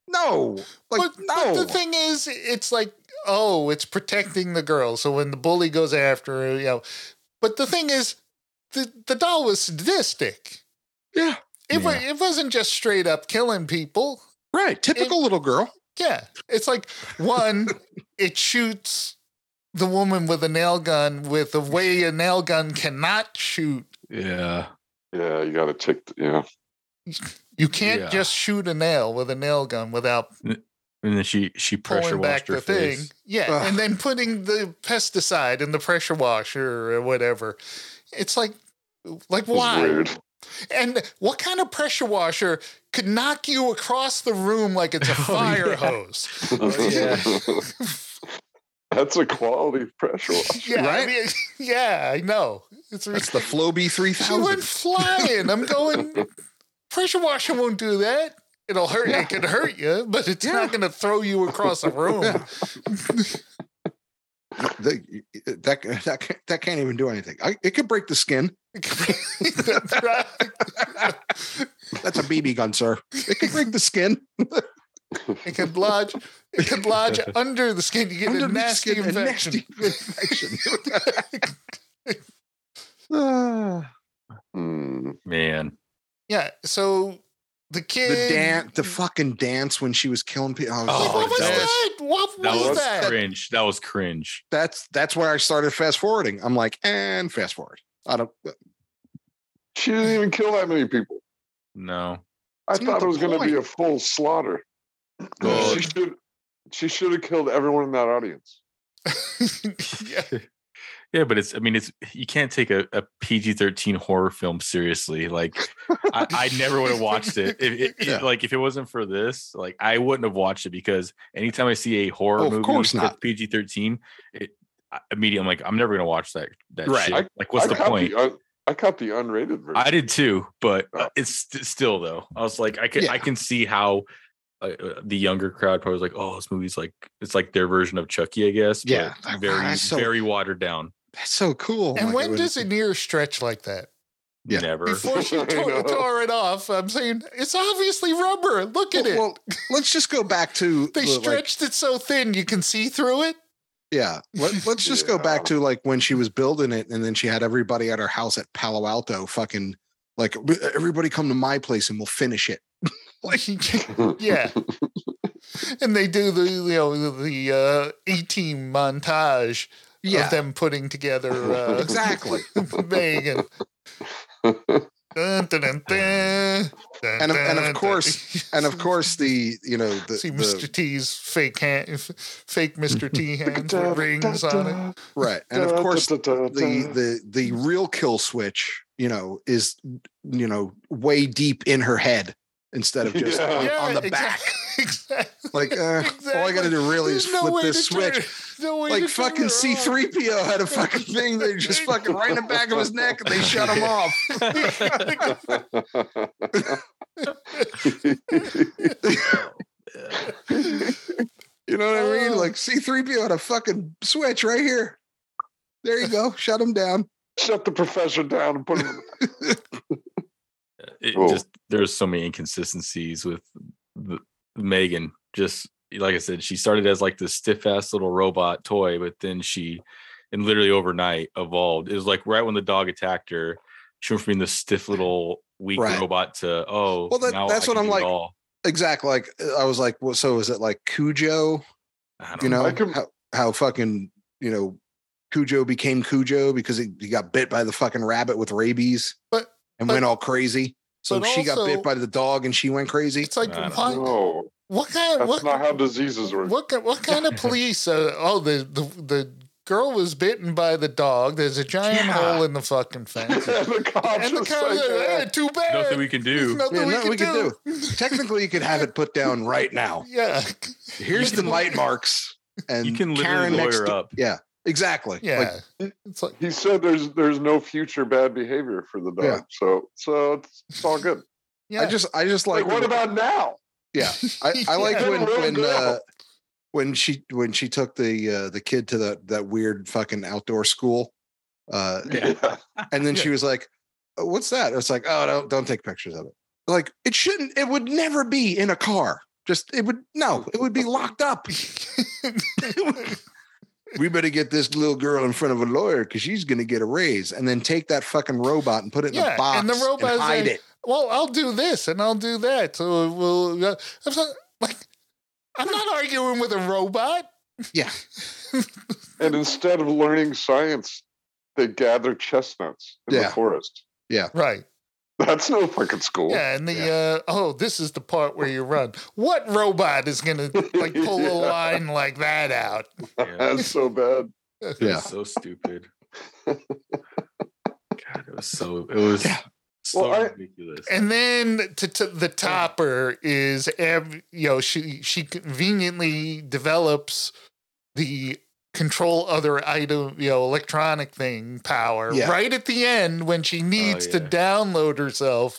Speaker 1: no, like
Speaker 2: but,
Speaker 1: no.
Speaker 2: but the thing is, it's like, oh, it's protecting the girl. So when the bully goes after her, you know. But the thing is, the, the doll was sadistic.
Speaker 1: Yeah.
Speaker 2: It, wa- it wasn't just straight up killing people.
Speaker 1: Right. Typical little girl.
Speaker 2: Yeah. It's like, one, it shoots the woman with a nail gun with a way a nail gun cannot shoot.
Speaker 4: Yeah.
Speaker 3: Yeah, you got to check. Yeah,
Speaker 2: You can't
Speaker 4: Yeah.
Speaker 2: just shoot a nail with a nail gun without
Speaker 4: And then she she pressure
Speaker 2: pulling back
Speaker 4: washed her
Speaker 2: the
Speaker 4: face.
Speaker 2: thing. Yeah,
Speaker 1: Ugh.
Speaker 2: and then putting the pesticide in the pressure washer or whatever. It's like like
Speaker 3: it's
Speaker 2: why?
Speaker 3: weird.
Speaker 2: And what kind of pressure washer could knock you across the room like it's a
Speaker 4: Oh,
Speaker 2: fire
Speaker 4: yeah.
Speaker 2: hose?
Speaker 1: Oh,
Speaker 3: That's a quality pressure. wash.
Speaker 2: Yeah, I
Speaker 1: Right?
Speaker 2: mean, yeah, I know. It's
Speaker 1: That's the Floby
Speaker 2: she
Speaker 1: 3000.
Speaker 2: went flying. I'm going pressure washer won't do that. It'll hurt.
Speaker 1: Yeah.
Speaker 2: It can hurt you, but it's
Speaker 1: Yeah.
Speaker 2: not going to throw you across the room.
Speaker 1: Yeah. The- uh, that, that, that can't even do anything. I, it could break the skin.
Speaker 2: That's right.
Speaker 1: That's a BB gun, sir. It could break the skin.
Speaker 2: It could lodge. It could lodge under the skin. You get
Speaker 1: Under
Speaker 2: a
Speaker 1: the
Speaker 2: nasty
Speaker 1: skin, a
Speaker 2: infection.
Speaker 1: nasty infection. Ah.
Speaker 3: Hmm.
Speaker 4: Man.
Speaker 2: yeah. So the kid.
Speaker 1: the dance, the fucking dance when she was killing people. I was
Speaker 2: Like,
Speaker 1: just like,
Speaker 4: Oh,
Speaker 2: what was
Speaker 4: that
Speaker 2: that?
Speaker 4: was-
Speaker 2: What
Speaker 4: That
Speaker 2: was,
Speaker 4: was
Speaker 2: that?
Speaker 4: cringe. That was cringe.
Speaker 1: That's that's where I started fast forwarding. I'm like, and fast forward. I don't.
Speaker 3: She didn't even kill that many people.
Speaker 4: No.
Speaker 3: I
Speaker 1: That's not
Speaker 3: thought
Speaker 1: the
Speaker 3: it was going to be
Speaker 1: point.
Speaker 3: a full slaughter.
Speaker 4: God.
Speaker 3: She should. She should have killed everyone in that audience.
Speaker 2: yeah.
Speaker 4: Yeah, but it's I mean it's you can't take a, a PG thirteen horror film seriously. Like I, I never would have watched it. If, it- it-
Speaker 1: Yeah.
Speaker 4: Like if it wasn't for this, like I wouldn't have watched it because anytime I see a horror
Speaker 1: Oh, of
Speaker 4: movie
Speaker 1: course not.
Speaker 4: PG thirteen, it I- immediately I'm like I'm never gonna watch that that
Speaker 1: Right.
Speaker 4: shit.
Speaker 3: I-
Speaker 4: like what's
Speaker 3: I
Speaker 4: the
Speaker 3: caught
Speaker 4: point?
Speaker 3: The, un- I caught the unrated version.
Speaker 4: I did too, but uh,
Speaker 3: Oh.
Speaker 4: it's st- still though. I was like I can
Speaker 1: Yeah.
Speaker 4: I can see how. uh, Uh, the younger crowd probably was like, "Oh, this movie's like it's like their version of Chucky, I guess." but
Speaker 1: Yeah. Like, wow,
Speaker 4: very
Speaker 1: that's so-
Speaker 4: very watered down.
Speaker 1: That's so cool. Oh
Speaker 2: And
Speaker 1: Like, it
Speaker 2: when
Speaker 1: was-
Speaker 2: does an ear stretch like that?
Speaker 1: Yeah.
Speaker 4: Never.
Speaker 2: Before she
Speaker 3: I
Speaker 2: tore,
Speaker 3: know.
Speaker 2: tore it off, I'm saying it's obviously rubber. Look at
Speaker 1: Well,
Speaker 2: it.
Speaker 1: well, let's just go back to
Speaker 2: they
Speaker 1: the, like,
Speaker 2: stretched it so thin you can see through it.
Speaker 1: Yeah. Let, let's just go back
Speaker 3: Yeah.
Speaker 1: to like when she was building it and then she had everybody at her house at Palo Alto fucking like everybody come to my place and we'll finish it.
Speaker 2: Like, yeah. and they do the you know the uh, 18 montage of
Speaker 1: Yeah.
Speaker 2: them putting together uh,
Speaker 1: Exactly.
Speaker 2: Megan. Dun, dun, dun, dun. Dun,
Speaker 1: And of- and of
Speaker 2: dun,
Speaker 1: course-
Speaker 2: dun.
Speaker 1: And of course the you know the,
Speaker 2: see Mr.
Speaker 1: the
Speaker 2: T's fake hand, f- fake Mr. T hands
Speaker 3: Da-
Speaker 2: with rings
Speaker 3: da-
Speaker 2: on it.
Speaker 3: da-
Speaker 1: right and
Speaker 3: da-
Speaker 1: of course
Speaker 3: da-
Speaker 1: the
Speaker 3: da- da- da.
Speaker 1: the the
Speaker 2: Mm.
Speaker 1: real kill switch you know is you know way deep in her head instead of just
Speaker 3: Yeah.
Speaker 1: on, on the
Speaker 2: exac-
Speaker 1: back
Speaker 2: Exactly.
Speaker 1: like uh, all I got to
Speaker 2: Exactly.
Speaker 1: do really is
Speaker 2: There's no
Speaker 1: flip
Speaker 2: way
Speaker 1: this
Speaker 2: to turn-
Speaker 1: switch
Speaker 2: no way to
Speaker 1: like
Speaker 2: turn
Speaker 1: fucking
Speaker 2: her off.
Speaker 1: C3PO had a fucking thing they just fucking right in the back of his neck and they shut him off. You know what I mean?
Speaker 2: Oh.
Speaker 1: Like C3PO had a fucking switch right here. There you go. Shut him down.
Speaker 3: Shut the professor down and put him.
Speaker 4: it
Speaker 3: Oh.
Speaker 4: just there's so many inconsistencies with the, Megan. Just like I said, she started as like this stiff ass little robot toy, but then she, and literally overnight, evolved. It was like right when the dog attacked her, she went from being this stiff little weak
Speaker 1: Right.
Speaker 4: robot to oh,
Speaker 1: Well, that-
Speaker 4: now
Speaker 1: that's
Speaker 4: I
Speaker 1: what
Speaker 4: can
Speaker 1: I'm
Speaker 4: do it
Speaker 1: like-
Speaker 4: all."
Speaker 1: Exactly. Like I was like, well, so is it like Cujo?
Speaker 4: I don't
Speaker 1: You know
Speaker 3: I can-
Speaker 1: how how fucking you know Cujo became Cujo because he, he got bit by the fucking rabbit with rabies
Speaker 2: But-
Speaker 1: and
Speaker 2: but-
Speaker 1: went all crazy. So
Speaker 2: but
Speaker 1: she got
Speaker 2: also-
Speaker 1: bit by the dog and she went crazy.
Speaker 2: It's like
Speaker 4: I don't
Speaker 2: why-
Speaker 3: No,
Speaker 2: what kind?
Speaker 3: that's
Speaker 2: What,
Speaker 3: not how diseases work.
Speaker 2: what, ki- what kind of police? Uh, oh, the, the the girl was bitten by the dog. There's a giant
Speaker 1: Yeah.
Speaker 2: hole in the fucking fence. and
Speaker 3: the
Speaker 1: Oh,
Speaker 3: cops
Speaker 2: the
Speaker 3: just
Speaker 2: cops are
Speaker 3: like,
Speaker 2: like, "Eh, too bad.
Speaker 4: Nothing we can
Speaker 2: There's
Speaker 4: do.
Speaker 2: nothing
Speaker 1: Yeah,
Speaker 2: we,
Speaker 1: nothing
Speaker 2: can
Speaker 1: we can
Speaker 2: do.
Speaker 1: Technically, you could have it put down right now.
Speaker 2: Yeah,
Speaker 1: Here's the light marks, and
Speaker 4: You can
Speaker 1: Karen
Speaker 4: literally
Speaker 1: next
Speaker 4: lawyer
Speaker 1: door-
Speaker 4: up.
Speaker 1: Yeah, exactly. Like,
Speaker 2: yeah. it's like
Speaker 3: he said there's there's no future bad behavior for the dog.
Speaker 1: Yeah.
Speaker 3: So so it's, it's all good.
Speaker 2: yeah.
Speaker 1: I just, I just
Speaker 3: Like,
Speaker 1: like.
Speaker 3: what about now?
Speaker 1: I, I like
Speaker 2: Yeah.
Speaker 1: when
Speaker 3: Little
Speaker 1: when
Speaker 3: girl.
Speaker 1: uh, when she when she took the uh, the kid to the that weird fucking outdoor school, uh,
Speaker 4: Yeah.
Speaker 1: and then she was like, "Oh, "What's that?" It's like, "Oh, don't don't take pictures of it." Like it shouldn't. It would never be in a car. Just it would no. It would be locked up. We better get this little girl in front of a lawyer because she's gonna get a raise, and then take that fucking robot and put it in
Speaker 2: Yeah,
Speaker 1: a box
Speaker 2: and the robot's
Speaker 1: and hide
Speaker 2: like-
Speaker 1: it.
Speaker 2: well, I'll do this and I'll do that. So we'll. Uh, I'm so- like, I'm not arguing with a robot.
Speaker 3: And instead of learning science, they gather chestnuts in the
Speaker 1: Yeah.
Speaker 3: forest.
Speaker 2: Right.
Speaker 3: That's no fucking school.
Speaker 2: Yeah, and the uh oh, this is the part where you run. What robot is gonna like pull a
Speaker 3: Yeah.
Speaker 2: line like that out?
Speaker 4: Yeah,
Speaker 3: That's so bad.
Speaker 1: Yeah.
Speaker 4: so stupid. God, it was so it was
Speaker 1: Yeah.
Speaker 4: so
Speaker 3: Well, I-
Speaker 4: ridiculous.
Speaker 2: And then to, to the topper is ev- you know she she conveniently develops the control other item you know electronic thing power
Speaker 1: Yeah. Oh,
Speaker 2: right at the end when she needs to
Speaker 4: yeah.
Speaker 2: download herself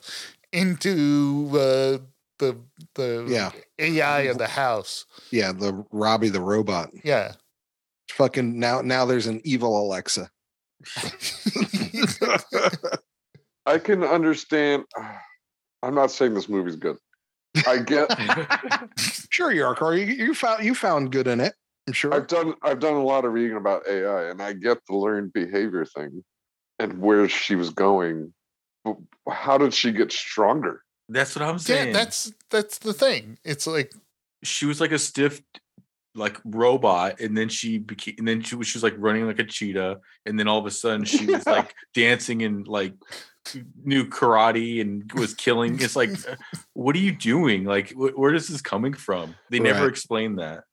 Speaker 2: into uh, the the
Speaker 1: Yeah,
Speaker 2: AI of the house.
Speaker 1: yeah. The Robbie the robot.
Speaker 2: Yeah.
Speaker 1: Fucking now now there's an evil Alexa.
Speaker 3: I can understand. I'm not saying this movie's good. I get.
Speaker 1: Sure, you are, Corey. You, you found you found good in it. I'm sure.
Speaker 3: I've done. I've done a lot of reading about AI, and I get the learned behavior thing, and where she was going. But how did she get stronger?
Speaker 4: that's what I'm saying.
Speaker 2: yeah, that's that's the thing. It's like
Speaker 4: she was like a stiff like robot and then she became and then she was, she was like running like a cheetah and then all of a sudden she was
Speaker 3: Yeah.
Speaker 4: like dancing and like knew karate and was killing it's like what are you doing like wh- where is this coming from they never
Speaker 1: Right.
Speaker 4: explained that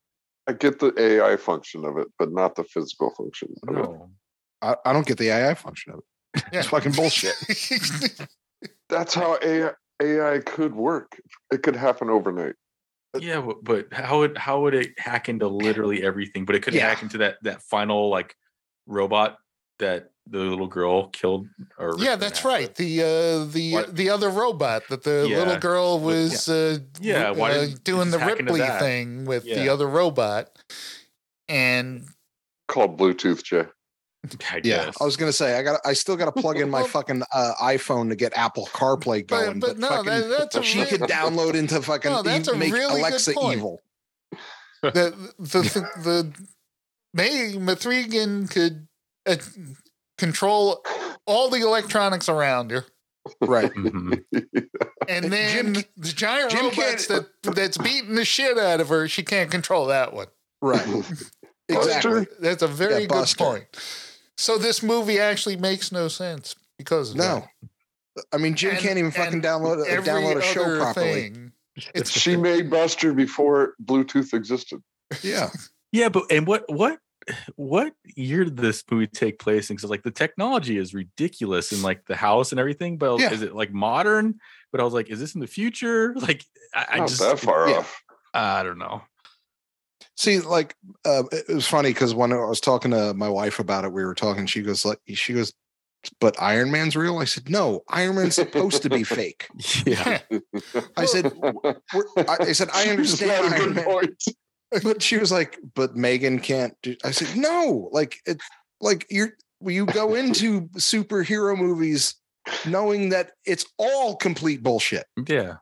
Speaker 3: I get the AI function of it, but not the physical function of it.
Speaker 4: no
Speaker 1: I, I don't get the AI function of it.
Speaker 2: yeah.
Speaker 1: It's fucking bullshit.
Speaker 3: That's how AI, AI could work. It could happen overnight.
Speaker 4: yeah but, but how would how would it hack into literally everything but it could
Speaker 1: Yeah.
Speaker 4: hack into that that final like robot that the little girl killed or ripped
Speaker 2: yeah,
Speaker 4: in
Speaker 2: that's
Speaker 4: half
Speaker 2: right.
Speaker 4: with.
Speaker 2: The uh, the
Speaker 4: What?
Speaker 2: the other robot that the
Speaker 4: Yeah.
Speaker 2: little girl was uh,
Speaker 4: Yeah, why
Speaker 2: uh,
Speaker 4: didn't it
Speaker 2: doing the
Speaker 4: just hack into
Speaker 2: Ripley
Speaker 4: that?
Speaker 2: thing with the
Speaker 4: Yeah.
Speaker 2: other robot, and
Speaker 3: Called Bluetooth, Jay.
Speaker 4: I
Speaker 1: Yeah,
Speaker 4: guess.
Speaker 1: I was gonna say I got I still got to plug in my
Speaker 2: Well-
Speaker 1: fucking uh, iPhone to get Apple CarPlay
Speaker 2: but
Speaker 1: going.
Speaker 2: but no,
Speaker 1: fucking,
Speaker 2: that, that's a
Speaker 1: she
Speaker 2: real-
Speaker 1: could download into fucking
Speaker 2: No, that's
Speaker 1: e-
Speaker 2: a
Speaker 1: make
Speaker 2: really good
Speaker 1: Alexa
Speaker 2: point.
Speaker 1: evil.
Speaker 2: the the the, the May Mithrigan could uh, control all the electronics around her,
Speaker 1: Right.
Speaker 4: Mhm.
Speaker 2: and
Speaker 1: And
Speaker 2: then
Speaker 1: Jim-
Speaker 2: the giant
Speaker 1: Jim
Speaker 2: robots that that's beating the shit out of her, she can't control that one.
Speaker 1: Right. exactly.
Speaker 2: That's a very good
Speaker 1: Buster.
Speaker 2: point. So this movie actually makes no sense because of
Speaker 1: No. I mean, Jim
Speaker 2: And-
Speaker 1: can't even fucking
Speaker 2: and
Speaker 1: download
Speaker 2: that.
Speaker 1: a,
Speaker 2: Every
Speaker 1: download a show
Speaker 2: other
Speaker 1: properly.
Speaker 2: thing- It's
Speaker 3: She made Buster before Bluetooth existed.
Speaker 1: Yeah.
Speaker 4: Yeah, but and what what what year did this movie take place in? Because like the technology is ridiculous in like the house and everything, but I was-
Speaker 1: Yeah.
Speaker 4: is it like modern? But I was like, is this in the future? Like I, I
Speaker 3: Not
Speaker 4: just
Speaker 3: that far
Speaker 1: yeah.
Speaker 3: off.
Speaker 4: I don't know.
Speaker 1: See, like, uh, it it was funny because when I was talking to my wife about it, we were talking. She goes, like, she goes, but Iron Man's real. I said, no, Iron Man's supposed to be fake.
Speaker 4: Yeah.
Speaker 1: I said, we're, I, I said, I understand Iron Man,
Speaker 3: point.
Speaker 1: but she was like, but Megan can't. Do, I said, no, like it's like you're well, you go into superhero movies knowing that it's all complete bullshit.
Speaker 4: Yeah.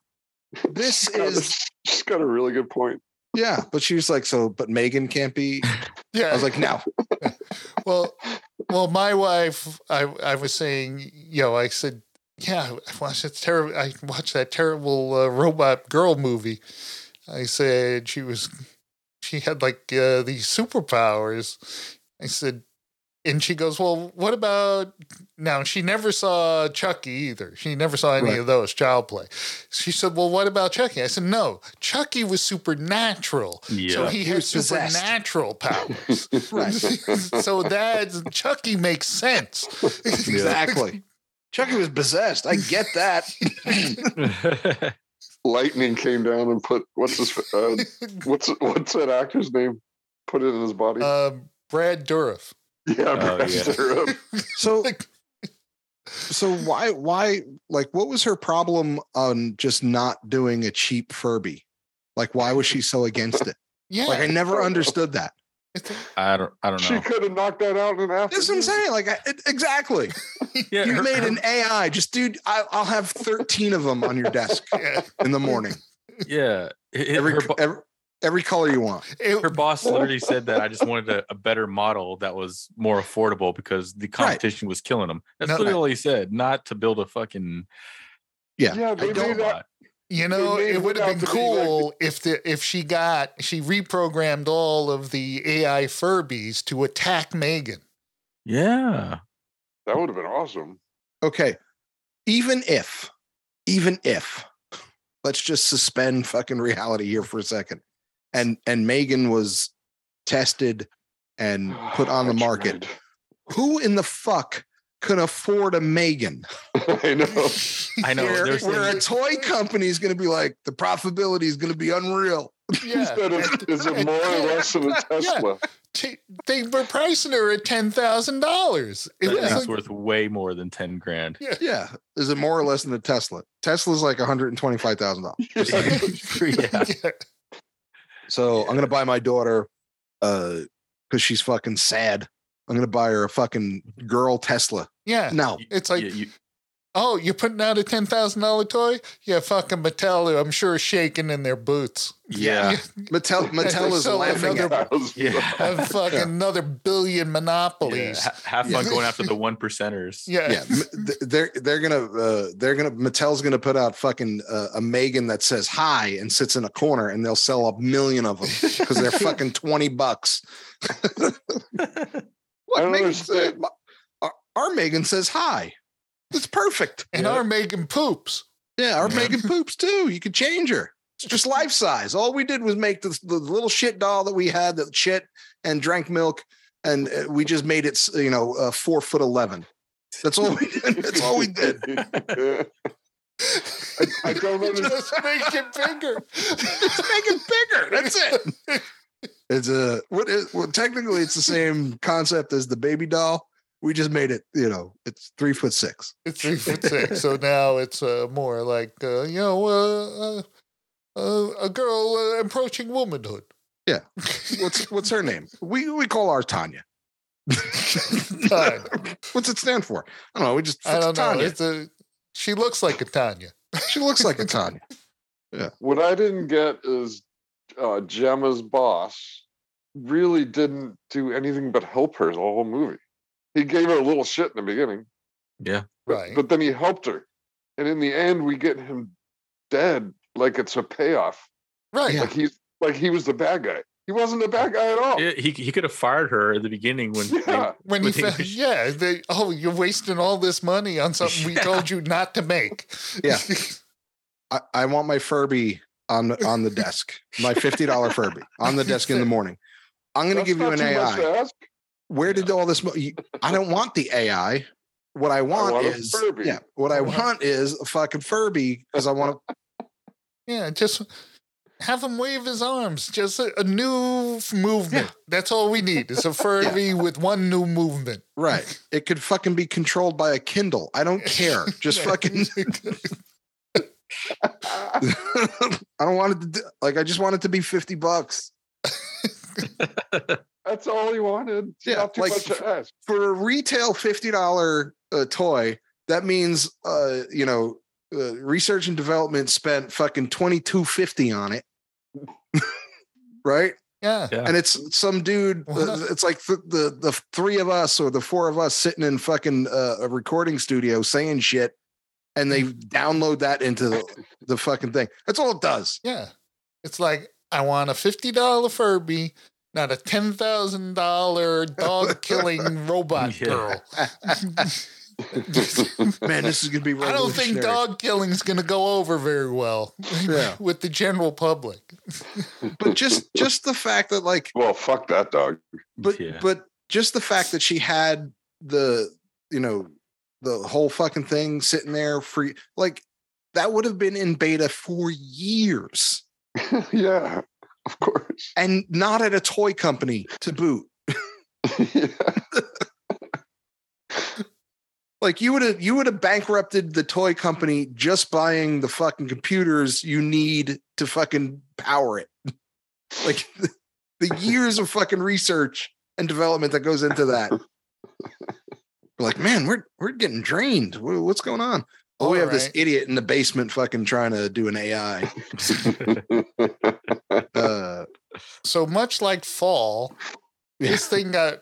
Speaker 1: This
Speaker 3: She's got a-
Speaker 1: is
Speaker 3: she's got a really good point.
Speaker 1: yeah, but she was like, so but Megan can't be.
Speaker 2: yeah.
Speaker 1: I was like, no,
Speaker 2: well, well, my wife, I, I was saying, you know, I said, yeah, I watched that terrible, I watched that terrible uh, robot girl movie. I said she was, she had like uh, these superpowers. I said, and she goes, "Well, what about now?" She never saw Chucky either. She never saw any
Speaker 1: Right.
Speaker 2: of those child play. She said, "Well, what about Chucky?" I said, "No, Chucky was supernatural,
Speaker 4: Yeah.
Speaker 2: so he,
Speaker 5: He
Speaker 2: had
Speaker 5: was possessed.
Speaker 2: supernatural powers.
Speaker 1: Right.
Speaker 2: so that Chucky makes sense."
Speaker 5: Exactly. Chucky was possessed. I get that.
Speaker 3: Lightning came down and put what's his uh, what's what's that actor's name? Put it in his body.
Speaker 1: Uh,
Speaker 2: Um, Brad Dourif.
Speaker 3: yeah,
Speaker 4: oh,
Speaker 3: Brad
Speaker 4: yeah.
Speaker 3: Dourif.
Speaker 1: So so why why like what was her problem on just not doing a cheap Furby? Like why was she so against it?
Speaker 2: Yeah,
Speaker 1: Like I never understood that.
Speaker 2: it's-
Speaker 4: I don't. I don't
Speaker 3: She
Speaker 4: know.
Speaker 3: could have knocked that out in an afternoon.
Speaker 1: That's what I'm saying. Like I, it- exactly.
Speaker 4: Yeah,
Speaker 1: You
Speaker 4: her-
Speaker 1: made
Speaker 4: her-
Speaker 1: an AI. Just dude, I, I'll have 13 of them on your desk
Speaker 2: yeah.
Speaker 1: in the morning.
Speaker 4: yeah. It- it-
Speaker 1: Every
Speaker 4: her, bo-
Speaker 1: every, every color you want.
Speaker 2: It-
Speaker 4: her boss literally said that I just wanted a, a better model that was more affordable because the competition was killing them. That's
Speaker 2: No.
Speaker 4: literally all he said. Not to build a fucking
Speaker 1: Yeah,
Speaker 3: Yeah, they
Speaker 4: I
Speaker 3: made
Speaker 4: don't
Speaker 3: that.
Speaker 4: lot.
Speaker 2: You know,
Speaker 3: made
Speaker 2: it would
Speaker 3: it
Speaker 2: have
Speaker 3: out
Speaker 2: been
Speaker 3: to be
Speaker 2: cool if the if she got she reprogrammed all of the AI Furbies to attack Megan.
Speaker 4: Yeah.
Speaker 3: That would have been awesome.
Speaker 1: Okay. Even if, even if, let's just suspend fucking reality here for a second. And and Megan was tested and put on the
Speaker 3: That's
Speaker 1: market. Who in the fuck could afford a Megan?
Speaker 3: right. I know.
Speaker 4: I know.
Speaker 1: where,
Speaker 4: there's
Speaker 1: where a toy company is going to be like the profitability is going to be unreal.
Speaker 3: Instead of, is it more or less than a
Speaker 2: Yeah.
Speaker 3: Tesla?
Speaker 2: T- they were pricing her at ten thousand dollars. It
Speaker 4: that
Speaker 2: was
Speaker 4: thing's
Speaker 2: like,
Speaker 4: worth way more than ten grand.
Speaker 1: Yeah, is it more or less than a Tesla? Tesla's like one hundred and twenty five thousand dollars.
Speaker 4: yeah.
Speaker 2: yeah.
Speaker 1: So I'm gonna buy my daughter, uh, because she's fucking sad. I'm gonna buy her a fucking girl Tesla.
Speaker 2: yeah.
Speaker 1: No,
Speaker 2: It's like,
Speaker 4: Yeah, you-
Speaker 2: oh, you're putting out a ten thousand dollar toy? Yeah, fucking Mattel. I'm sure is shaking in their boots.
Speaker 4: yeah.
Speaker 1: Mattel Mattel is
Speaker 2: So
Speaker 1: laughing at.
Speaker 2: another-
Speaker 4: Yeah.
Speaker 2: Have fucking
Speaker 1: Yeah.
Speaker 2: another billion monopolies.
Speaker 4: Ha- have fun going after the one percenters.
Speaker 1: Yeah, m- th- they're they're gonna uh, they're gonna Mattel's gonna put out fucking uh, a Megan that says hi and sits in a corner and they'll sell a million of them because they're fucking twenty bucks.
Speaker 3: I
Speaker 1: what
Speaker 3: don't
Speaker 1: Megan
Speaker 3: understand.
Speaker 1: said, our, our Megan says hi. It's perfect.
Speaker 2: And
Speaker 4: Yeah.
Speaker 2: our Megan poops.
Speaker 1: Yeah, our
Speaker 4: Yeah.
Speaker 1: Megan poops too. You could change her. It's just life size. All we did was make the, the little shit doll that we had that shit and drank milk, and uh, we just made it, s- you know, uh, four foot eleven. That's all. We did. That's all we did.
Speaker 3: I, I don't understand.
Speaker 2: Just make it bigger.
Speaker 1: Make it bigger. That's it. It's a what is well. Technically, it's the same concept as the baby doll. We just made it. You know, it's three foot six.
Speaker 2: It's three foot six, so now it's uh, more like uh, you know uh, uh, uh, a girl uh, approaching womanhood.
Speaker 1: Yeah. What's what's her name? We we call ours Tanya.
Speaker 2: Tanya.
Speaker 1: What's it stand for? I don't know. We just
Speaker 2: I don't know.
Speaker 1: Tanya.
Speaker 2: It's a, she looks like a Tanya.
Speaker 1: She looks like a Tanya.
Speaker 3: What I didn't get is uh, Gemma's boss really didn't do anything but help her the whole movie. He gave her a little shit in the beginning,
Speaker 4: Yeah.
Speaker 3: but,
Speaker 2: Right.
Speaker 3: but then he helped her. And in the end, we get him dead like it's a payoff.
Speaker 2: Right.
Speaker 1: Yeah.
Speaker 3: Like he's like he was the bad guy. He wasn't the bad guy at all.
Speaker 4: Yeah, He he could have fired her at the beginning when they-
Speaker 3: Yeah.
Speaker 2: When he
Speaker 4: With
Speaker 2: found,
Speaker 4: English.
Speaker 2: yeah, they, oh, you're wasting all this money on something we
Speaker 4: Yeah.
Speaker 2: told you not to make.
Speaker 1: Yeah. I, I want my Furby on the on the desk. My fifty dollar Furby on the desk in the morning. I'm going to
Speaker 3: That's
Speaker 1: give you an
Speaker 3: not too much
Speaker 1: AI.
Speaker 3: to ask.
Speaker 1: Where did all this? Mo- you- I don't want the AI. What I want,
Speaker 3: want a
Speaker 1: is
Speaker 3: Furby.
Speaker 1: yeah.
Speaker 3: Uh-huh.
Speaker 1: What I want is a fucking Furby because I want to.
Speaker 2: yeah, just have him wave his arms. Just a, a new f- movement. That's all we need. It's a Furby with one new movement.
Speaker 1: Right. It could fucking be controlled by a Kindle. I don't care. Just
Speaker 2: Yeah.
Speaker 1: fucking.
Speaker 3: Ah.
Speaker 1: I don't want it to do, like. I just want it to be fifty bucks
Speaker 3: That's all he wanted. It's
Speaker 1: Yeah,
Speaker 3: not too
Speaker 1: like-
Speaker 3: much to ask.
Speaker 1: for a retail fifty dollar uh, toy. That means uh, you know uh, research and development spent fucking twenty two fifty on it, right?
Speaker 2: yeah.
Speaker 4: Yeah.
Speaker 1: And it's some dude. uh,
Speaker 2: What?
Speaker 1: It's like the, the the three of us or the four of us sitting in fucking uh, a recording studio saying shit, and they download that into the, the fucking thing. That's all it does.
Speaker 2: Yeah. It's like, I want a $50 Furby not a ten thousand dollar dog killing robot
Speaker 4: Yeah.
Speaker 2: girl.
Speaker 1: Man, this is gonna be.
Speaker 2: I don't think
Speaker 1: revolutionary.
Speaker 2: dog killing's going to go over very well
Speaker 1: Yeah.
Speaker 2: with the general public.
Speaker 1: But just just the fact that like,
Speaker 3: well, fuck that dog.
Speaker 1: but
Speaker 4: Yeah.
Speaker 1: but just the fact that she had the you know the whole fucking thing sitting there free like that would have been in beta for years
Speaker 3: yeah, of course.
Speaker 1: and not at a toy company to boot.
Speaker 3: yeah.
Speaker 1: Like you would have you would have bankrupted the toy company just buying the fucking computers you need to fucking power it. Like the, years of fucking research and development that goes into that. We're like, man, we're we're getting drained. Wha- What's going on? Oh, we
Speaker 2: All
Speaker 1: have this
Speaker 2: right.
Speaker 1: idiot in the basement fucking trying to do an AI. Uh,
Speaker 2: So much like Fall,
Speaker 1: yeah.
Speaker 2: this thing got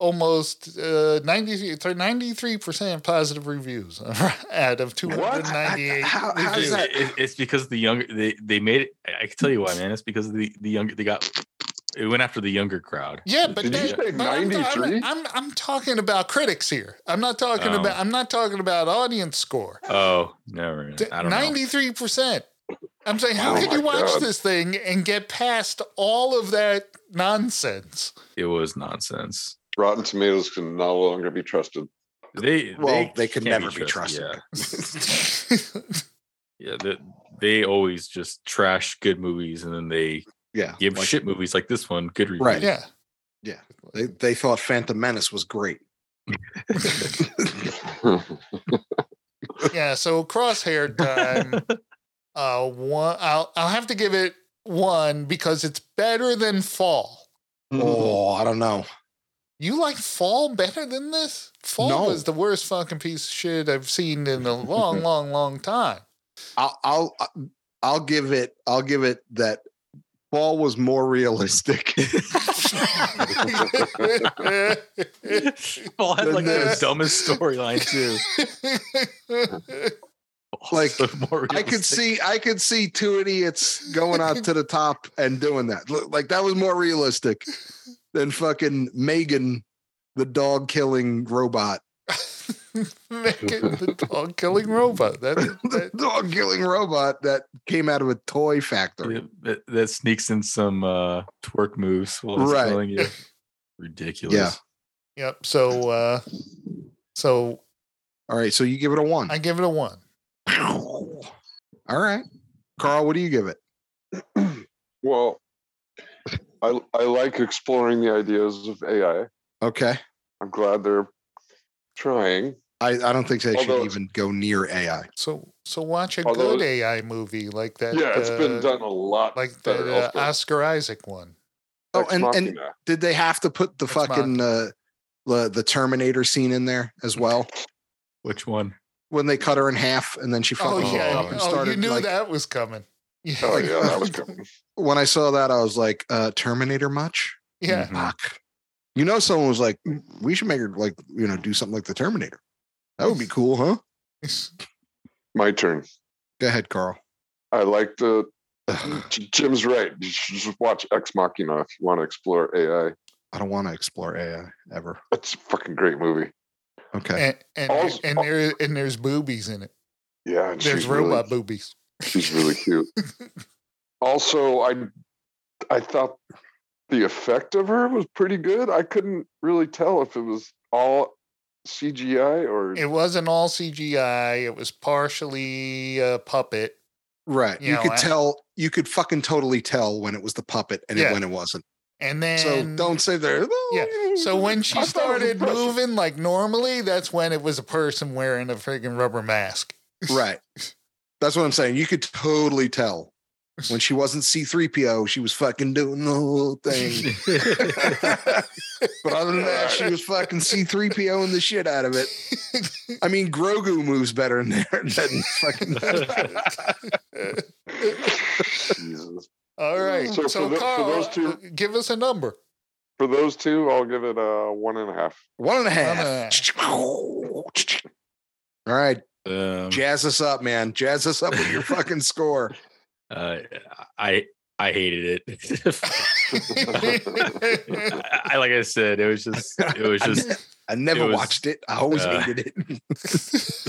Speaker 2: almost uh, 93 percent positive reviews out of two hundred ninety eight.
Speaker 1: How- how is
Speaker 2: reviews.
Speaker 1: that-
Speaker 4: It- it's because the younger they they made it. I can tell you why, man. It's because of the the younger they got. It went after the younger crowd.
Speaker 2: Yeah, but,
Speaker 3: Did you
Speaker 2: that-
Speaker 3: say
Speaker 2: but I'm-
Speaker 3: 93?
Speaker 2: I'm, I'm I'm talking about critics here. I'm not talking
Speaker 4: Oh.
Speaker 2: about I'm not talking about audience score.
Speaker 4: Oh, never. mind. I don't know.
Speaker 2: Ninety-three percent. I'm saying, how
Speaker 3: Oh
Speaker 2: can
Speaker 3: my
Speaker 2: you watch
Speaker 3: God.
Speaker 2: this thing and get past all of that nonsense?
Speaker 4: It was nonsense.
Speaker 3: Rotten Tomatoes can no longer be trusted.
Speaker 4: They
Speaker 1: Well, they
Speaker 4: can
Speaker 1: could never be trusted.
Speaker 4: Yeah, yeah. They, they always just trash good movies, and then they
Speaker 1: yeah.
Speaker 4: give
Speaker 1: Like,
Speaker 4: shit movies like this one good reviews.
Speaker 1: Right.
Speaker 2: yeah,
Speaker 1: they, they thought Phantom Menace was great.
Speaker 2: yeah. So crosshair time. uh, one. I'll I'll have to give it one because it's better than fall.
Speaker 1: Oh, I don't know.
Speaker 2: You like Fall better than this? Fall
Speaker 1: No.
Speaker 2: was the worst fucking piece of shit I've seen in a long, long, long time.
Speaker 1: I'll I'll uh, I'll give it I'll give it that ball was more realistic.
Speaker 4: Paul had
Speaker 1: Then uh,
Speaker 4: like the
Speaker 1: this.
Speaker 4: dumbest storyline too.
Speaker 1: Like,
Speaker 4: Also more
Speaker 1: I could
Speaker 4: realistic.
Speaker 1: see I could see two idiots going out to the top and doing that. Look, Like that was more realistic than fucking Megan, the dog killing robot.
Speaker 2: Megan the dog killing robot. That,
Speaker 1: The
Speaker 2: that
Speaker 1: dog killing robot that came out of a toy factory.
Speaker 4: Yeah, that, that sneaks in some uh, twerk moves while it's
Speaker 1: Right.
Speaker 4: killing you. Ridiculous.
Speaker 1: Yeah.
Speaker 2: yep. So uh so
Speaker 1: All right, so you give it a one.
Speaker 2: I give it a one.
Speaker 1: All right. Carl, what do you give it?
Speaker 3: well, I I like exploring the ideas of AI.
Speaker 1: Okay.
Speaker 3: I'm glad they're trying.
Speaker 1: I, I don't think they
Speaker 3: Although-
Speaker 1: should even go near AI.
Speaker 2: So so watch a
Speaker 3: Although-
Speaker 2: good AI movie like that.
Speaker 3: yeah, it's been
Speaker 2: uh,
Speaker 3: done a lot.
Speaker 2: Like
Speaker 3: better
Speaker 2: the uh,
Speaker 3: elsewhere.
Speaker 2: Oscar Isaac one.
Speaker 1: Oh,
Speaker 3: Ex
Speaker 1: and, and
Speaker 3: Machina.
Speaker 1: did they have to put the
Speaker 2: Ex
Speaker 1: fucking uh, the the Terminator scene in there as well
Speaker 4: Which one?
Speaker 1: when they cut her in half and then she
Speaker 2: Oh
Speaker 1: fucking
Speaker 2: yeah.
Speaker 1: up
Speaker 2: Oh,
Speaker 1: and started
Speaker 2: you knew
Speaker 1: like,
Speaker 2: that was coming. Yeah.
Speaker 3: oh yeah, that was coming.
Speaker 1: when I saw that I was like uh, Terminator much
Speaker 2: yeah.
Speaker 4: Mhm.
Speaker 1: fuck you know someone was like "Mm, we should make her like you know do something like the Terminator that would be cool huh
Speaker 3: Mm-hmm. My turn.
Speaker 1: go ahead Carl
Speaker 3: I like the
Speaker 1: Ugh,
Speaker 3: J- Jim's right. You should just watch Ex Machina if you want to explore AI.
Speaker 1: I don't want to explore AI ever
Speaker 3: It's a fucking great movie.
Speaker 1: okay
Speaker 2: And and,
Speaker 3: Also-
Speaker 2: and there and there's boobies in it.
Speaker 3: Yeah, and
Speaker 2: There's
Speaker 3: she's
Speaker 2: robot
Speaker 3: Really,
Speaker 2: boobies.
Speaker 3: she's really cute. also, I I thought the effect of her was pretty good. I couldn't really tell if it was all CGI or
Speaker 2: It wasn't all CGI. It was partially uh, puppet.
Speaker 1: right
Speaker 2: you
Speaker 1: you,
Speaker 2: know,
Speaker 1: could
Speaker 2: I-
Speaker 1: tell you could fucking totally tell when it was the puppet and
Speaker 2: Yeah.
Speaker 1: it, when it wasn't
Speaker 2: And then
Speaker 1: so don't say there
Speaker 2: Yeah, So when she
Speaker 3: I thought it was
Speaker 2: started
Speaker 3: impressive.
Speaker 2: moving like normally, that's when it was a person wearing a freaking rubber mask.
Speaker 1: Right. That's what I'm saying. You could totally tell when she wasn't C3PO, she was fucking doing the whole thing.
Speaker 4: Mm-hmm.
Speaker 1: But other than that, she was fucking C3POing the shit out of it. I mean, Grogu moves better in there than fucking.
Speaker 3: Jesus.
Speaker 2: All right.
Speaker 3: So
Speaker 2: So,
Speaker 3: for tho- for
Speaker 2: Carl, uh,
Speaker 3: those two-
Speaker 2: give us a number.
Speaker 3: For those two, I'll give it a one and a half.
Speaker 1: One and a
Speaker 2: One and
Speaker 1: half. All right.
Speaker 4: Um,
Speaker 1: Jazz us up, man. Jazz us up with your fucking score.
Speaker 4: uh, I I hated it. I, I- like I said, it was just it was
Speaker 1: I
Speaker 4: just
Speaker 1: ne- I never
Speaker 4: it was-
Speaker 1: watched it. I always
Speaker 4: uh,
Speaker 1: hated it.
Speaker 4: the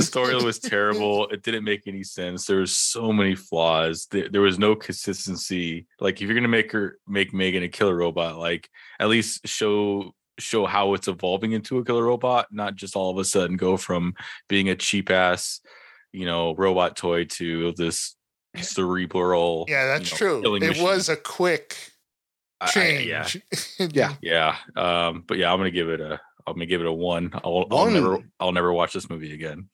Speaker 4: story was terrible. It didn't make any sense. There was so many flaws. There, there was no consistency. Like if you're gonna make her make Megan a killer robot, like at least show show how it's evolving into a killer robot, not just all of a sudden go from being a cheap ass, you know, robot toy to this cerebral.
Speaker 2: yeah, that's
Speaker 4: you know,
Speaker 2: true. It
Speaker 4: killing machine.
Speaker 2: was a quick
Speaker 4: I- I-
Speaker 2: change.
Speaker 4: yeah,
Speaker 1: Yeah.
Speaker 4: yeah. Um, but yeah, I'm gonna give it a. I'm gonna give it a one. I'll, I'll
Speaker 1: One.
Speaker 4: never. I'll never watch this movie again.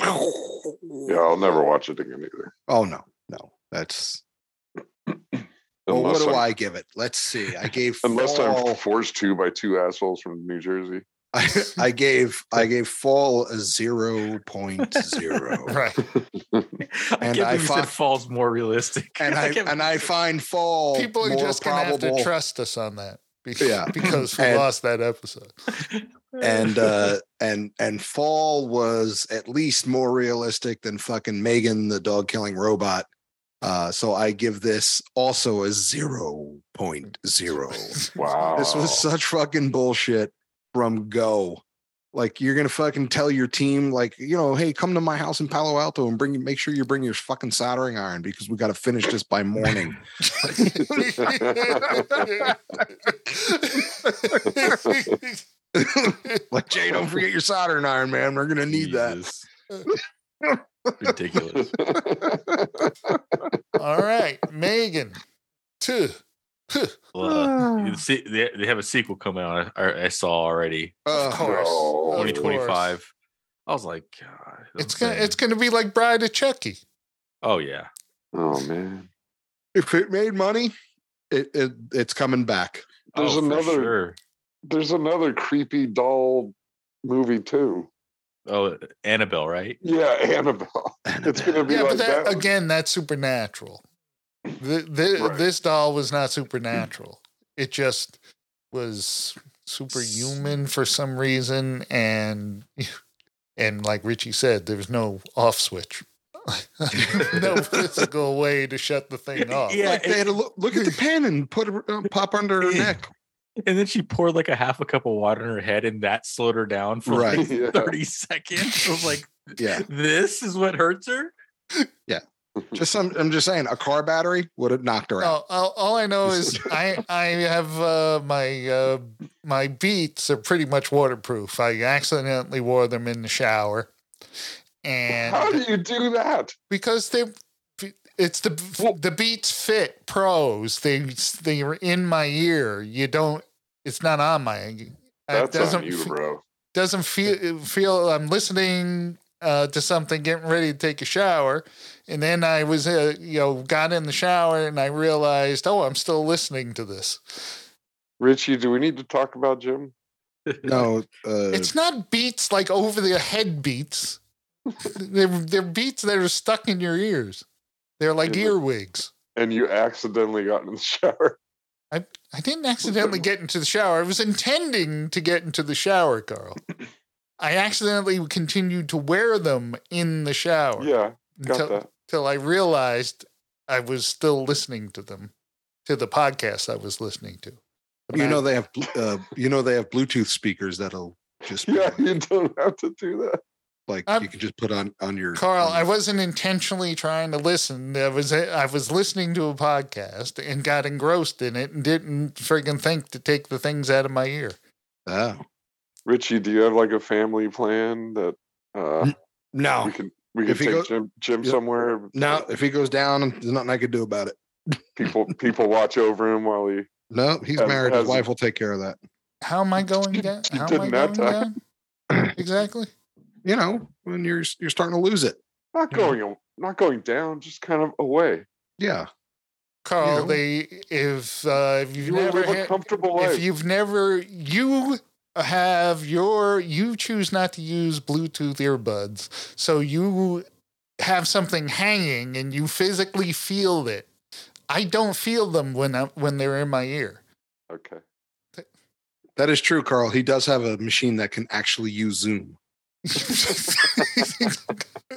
Speaker 3: yeah, I'll never watch it again either.
Speaker 1: Oh no, no. That's well, what
Speaker 3: Unless
Speaker 1: do
Speaker 3: I'm-
Speaker 1: i give it? Let's see. I gave
Speaker 3: Unless I'm
Speaker 1: Fall,
Speaker 3: forced to by two assholes from New Jersey.
Speaker 1: I, I gave I gave Fall a 0.0.
Speaker 2: Right.
Speaker 4: I
Speaker 1: And
Speaker 4: can't
Speaker 1: I
Speaker 4: believe you said
Speaker 1: thought-
Speaker 4: falls more realistic.
Speaker 1: And I
Speaker 4: can't
Speaker 1: and I
Speaker 4: believe
Speaker 1: find Fall
Speaker 2: People are
Speaker 1: more
Speaker 2: just going to have
Speaker 1: probable.
Speaker 2: to trust us on that. Because,
Speaker 1: Yeah.
Speaker 2: because we
Speaker 1: And-
Speaker 2: lost that episode.
Speaker 4: it.
Speaker 1: and uh and and fall was at least more realistic than fucking megan the dog killing robot uh so i give this also a 0.0
Speaker 3: Wow.
Speaker 1: this was
Speaker 4: Oh.
Speaker 1: such fucking bullshit from go like you're gonna fucking tell your team like you know hey come to my house in palo alto and bring make sure you bring your fucking soldering iron because we gotta finish this by morning like jay don't forget your soldering iron man we're gonna need that
Speaker 4: Jesus. Ridiculous.
Speaker 2: All right, Megan. Two.
Speaker 1: Ah.
Speaker 4: Well, uh, you see, they, they have a sequel coming out. I, I saw already.
Speaker 1: Uh,
Speaker 3: no.
Speaker 2: Of course.
Speaker 4: 2025. I was like, God,
Speaker 2: It's
Speaker 4: I'm
Speaker 2: gonna
Speaker 4: saying-
Speaker 2: it's gonna be like Bride of Chucky.
Speaker 4: Oh yeah.
Speaker 3: oh man.
Speaker 1: if it made money it, it it's coming back
Speaker 3: There's
Speaker 4: oh, for
Speaker 3: another-
Speaker 4: Sure.
Speaker 3: There's another creepy doll movie too.
Speaker 4: Oh, Annabelle, right?
Speaker 3: Yeah, Annabelle. It's gonna be
Speaker 2: Yeah,
Speaker 3: like
Speaker 2: but that,
Speaker 3: that.
Speaker 2: again, that's supernatural. The, the,
Speaker 3: Right.
Speaker 2: This doll was not supernatural. It just was superhuman for some reason, and and like Richie said, there was no off switch, no physical way to shut the thing off.
Speaker 4: Yeah,
Speaker 1: like they had to look, look at the pen and put a, uh, pop under her neck.
Speaker 4: And then she poured like a half a cup of water in her head, and that slowed her down for
Speaker 1: Right.
Speaker 4: like
Speaker 3: Yeah.
Speaker 4: 30 seconds. I was like,
Speaker 1: Yeah,
Speaker 4: this is what hurts her.
Speaker 1: just some, I'm just saying, a car battery would have knocked her out.
Speaker 2: No, all, all I know is I I have uh, my uh, my beats are pretty much waterproof. I accidentally wore them in the shower, and
Speaker 3: How do you do that?
Speaker 2: because they it's the the Beats Fit Pros. They they are in my ear. You don't. It's not on my. It
Speaker 3: That's
Speaker 2: doesn't
Speaker 3: on you,
Speaker 2: f-
Speaker 3: bro.
Speaker 2: doesn't feel feel. I'm listening uh, to something, getting ready to take a shower, and then I was uh, you know got in the shower and I realized oh I'm still listening to this.
Speaker 3: Richie, do we need to talk about Jim?
Speaker 4: Oh.
Speaker 1: No, uh,
Speaker 2: it's not beats like over the head beats. they're they're beats that are stuck in your ears. They're like
Speaker 3: Yeah, but-
Speaker 2: earwigs.
Speaker 3: And you accidentally got in the shower.
Speaker 2: I didn't accidentally get into the shower. I was intending to get into the shower, Carl. I accidentally continued to wear them in the shower
Speaker 3: Yeah, got
Speaker 2: until,
Speaker 3: that.
Speaker 2: until I realized I was still listening to them, to the podcast I was listening to.
Speaker 1: you know they have, bl- uh, you know they have Bluetooth speakers that'll just be,
Speaker 3: Yeah, you don't have to do that.
Speaker 1: like
Speaker 2: I'm-
Speaker 1: you can just put on on your
Speaker 2: Carl,
Speaker 1: on
Speaker 2: I
Speaker 1: your-
Speaker 2: wasn't intentionally trying to listen. I was I was listening to a podcast and got engrossed in it and didn't friggin' think to take the things out of my ear.
Speaker 1: Oh.
Speaker 3: Richie, do you have like a family plan that uh, we
Speaker 1: no,
Speaker 3: can we can
Speaker 1: If he
Speaker 3: take
Speaker 1: go-
Speaker 3: Jim Jim
Speaker 1: Yeah.
Speaker 3: somewhere?
Speaker 1: no. If he goes down, there's nothing I could do about it.
Speaker 3: People people watch over him while he
Speaker 1: No, he's
Speaker 3: Has-
Speaker 1: married. His
Speaker 3: has-
Speaker 1: wife will take care of that.
Speaker 2: How am I going down?
Speaker 3: She
Speaker 2: How am I
Speaker 3: didn't
Speaker 2: going
Speaker 3: that
Speaker 2: down? Exactly.
Speaker 1: You know, when you're you're starting to lose it.
Speaker 2: Mm-hmm.
Speaker 3: not going a- not going down, just kind of away.
Speaker 1: Yeah, You
Speaker 2: Carl,
Speaker 1: know?
Speaker 2: they if uh, if you've
Speaker 3: You will
Speaker 2: never
Speaker 3: live a
Speaker 2: had,
Speaker 3: comfortable
Speaker 2: if
Speaker 3: life.
Speaker 2: you've never you have your you choose not to use Bluetooth earbuds, so you have something hanging and you physically feel it. I don't feel them when I, when they're in my ear.
Speaker 3: okay.
Speaker 1: that is true, Carl. He does have a machine that can actually use Zoom.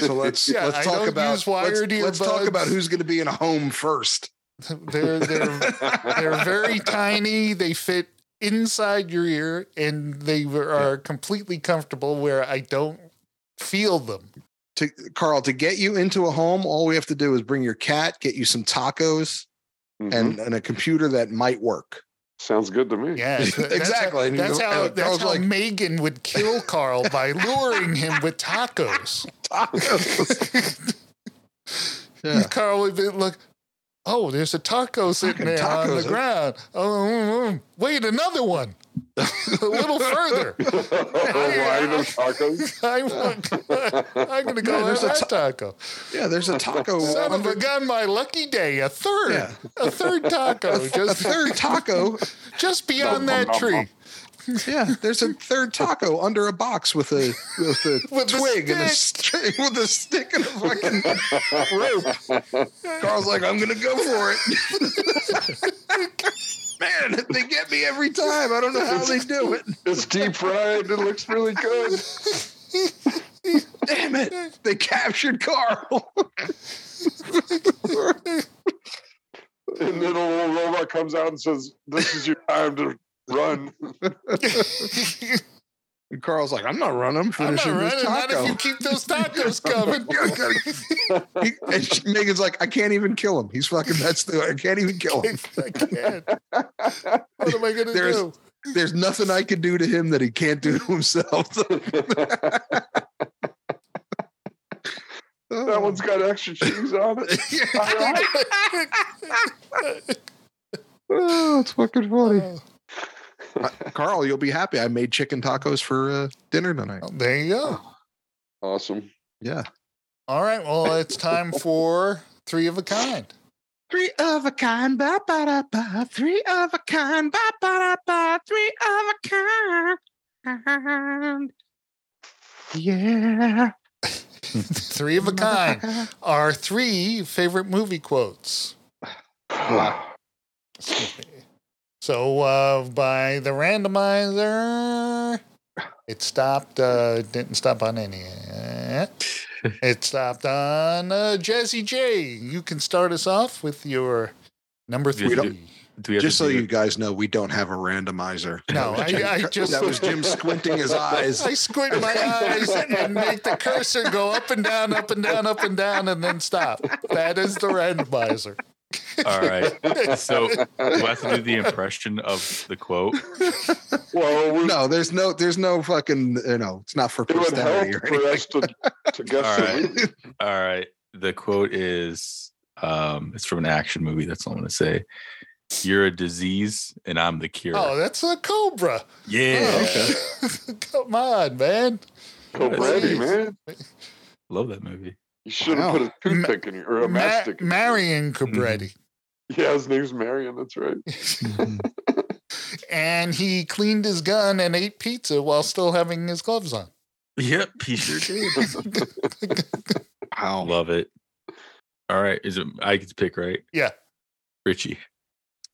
Speaker 1: So let's
Speaker 2: Yeah,
Speaker 1: let's
Speaker 2: I
Speaker 1: talk
Speaker 2: don't
Speaker 1: about
Speaker 2: use wired
Speaker 1: let's, let's talk
Speaker 2: earbuds.
Speaker 1: about who's going to be in a home first.
Speaker 2: They're they're They're very tiny. They fit inside your ear, and they were- are completely comfortable where I don't feel them.
Speaker 1: to Carl to get you into a home. All we have to do is bring your cat, get you some tacos,
Speaker 3: Mhm.
Speaker 1: and, and a computer that might work.
Speaker 3: sounds good to me.
Speaker 2: Yeah, that's-
Speaker 1: Exactly. And you
Speaker 2: That's
Speaker 1: go-
Speaker 2: how,
Speaker 1: and I
Speaker 2: that's how,
Speaker 1: was like-
Speaker 2: Megan would kill Carl by luring him with tacos.
Speaker 1: Yeah.
Speaker 2: Carl would be look. Oh, there's a taco sitting
Speaker 1: Fucking
Speaker 2: there on
Speaker 1: tacos,
Speaker 2: the
Speaker 1: huh?"
Speaker 2: ground. Oh, mm, mm. wait, another one. a little further.
Speaker 3: Wine and tacos.
Speaker 2: I want, I'm going to go
Speaker 1: Yeah,
Speaker 2: have
Speaker 1: there's a
Speaker 2: that
Speaker 1: ta-
Speaker 2: taco.
Speaker 1: Yeah, there's a taco.
Speaker 2: Son of
Speaker 1: under-
Speaker 2: a gun, my lucky day. A third,
Speaker 1: Yeah.
Speaker 2: a third taco,
Speaker 1: a
Speaker 2: just
Speaker 1: third taco.
Speaker 2: just beyond
Speaker 3: Nom, nom,
Speaker 2: that
Speaker 3: nom,
Speaker 2: tree
Speaker 3: nom.
Speaker 1: Yeah, there's a third taco under a box with a with a
Speaker 2: With a
Speaker 1: twig and a stick with a stick and a fucking rope. Carl's like, I'm gonna go for it. Man, they get me every time. I don't know how they do it.
Speaker 3: It's deep fried. It looks really good.
Speaker 1: Damn it! They captured Carl.
Speaker 3: And then a little robot comes out and says, "This is your time to run."
Speaker 1: And Carl's like, I'm not running. I'm
Speaker 2: I'm not
Speaker 1: finishing
Speaker 2: running.
Speaker 1: this
Speaker 2: Not
Speaker 1: taco.
Speaker 2: if you keep those tacos coming.
Speaker 1: Yeah, I gotta- he, and she- Megan's like, I can't even kill him. He's fucking. That's the. I can't even kill him.
Speaker 2: I can't. What am I going to
Speaker 1: There's-
Speaker 2: do?
Speaker 1: There's nothing I can do to him that he can't do to himself.
Speaker 3: that one's got extra cheese on it.
Speaker 1: oh, it's fucking funny. Uh,
Speaker 2: Oh,
Speaker 1: Carl, you'll be happy. I made chicken tacos for uh, dinner tonight.
Speaker 2: there you go.
Speaker 3: Awesome.
Speaker 1: Yeah,
Speaker 2: All right. Well, it's time for three of a kind.
Speaker 1: three of a kind, ba ba da ba. Three of a kind, ba ba da ba. Three of a kind. Yeah.
Speaker 2: three of a kind are three favorite movie quotes. So uh, by the randomizer, it stopped. Uh, it didn't stop on any. eh? It stopped on uh, Jazzy J. You can start us off with your number
Speaker 4: We don't-
Speaker 2: three.
Speaker 4: Do we have
Speaker 1: Just
Speaker 4: to
Speaker 1: so
Speaker 4: do
Speaker 1: you
Speaker 4: it?
Speaker 1: guys know, we don't have a randomizer. That
Speaker 2: No,
Speaker 1: was
Speaker 2: I-
Speaker 1: Jim-
Speaker 2: I just-
Speaker 1: that was Jim squinting his eyes.
Speaker 2: I squint my eyes and make the cursor go up and down, up and down, up and down, and then stop. That is the randomizer.
Speaker 4: All right. So do I have to do the impression of the quote?
Speaker 3: well, we,
Speaker 1: No, there's no, there's no fucking, you know, it's not for
Speaker 3: it would help
Speaker 1: posterity or
Speaker 3: for
Speaker 1: anything.
Speaker 3: us to, to guess
Speaker 4: All
Speaker 3: the
Speaker 4: right.
Speaker 3: lead.
Speaker 4: All right. The quote is um, it's from an action movie. That's all I'm going to say. You're a disease and I'm the cure.
Speaker 2: Oh, that's Oh, a cobra.
Speaker 4: yeah.
Speaker 2: Come on, man.
Speaker 3: Cobretti,
Speaker 2: Jeez.
Speaker 3: man.
Speaker 4: Love that movie.
Speaker 3: You should have
Speaker 1: Wow.
Speaker 3: put a toothpick in your or a Mm-hmm.
Speaker 2: Ma-
Speaker 3: mastic. in your-
Speaker 2: Marion Cabretti.
Speaker 3: Yeah, his name's Marion. That's right.
Speaker 2: Mm-hmm. And he cleaned his gun and ate pizza while still having his gloves on.
Speaker 4: Yep. He sure did.
Speaker 1: Wow.
Speaker 4: Love it. All right. Is it I get to pick, right?
Speaker 2: Yeah.
Speaker 4: Richie.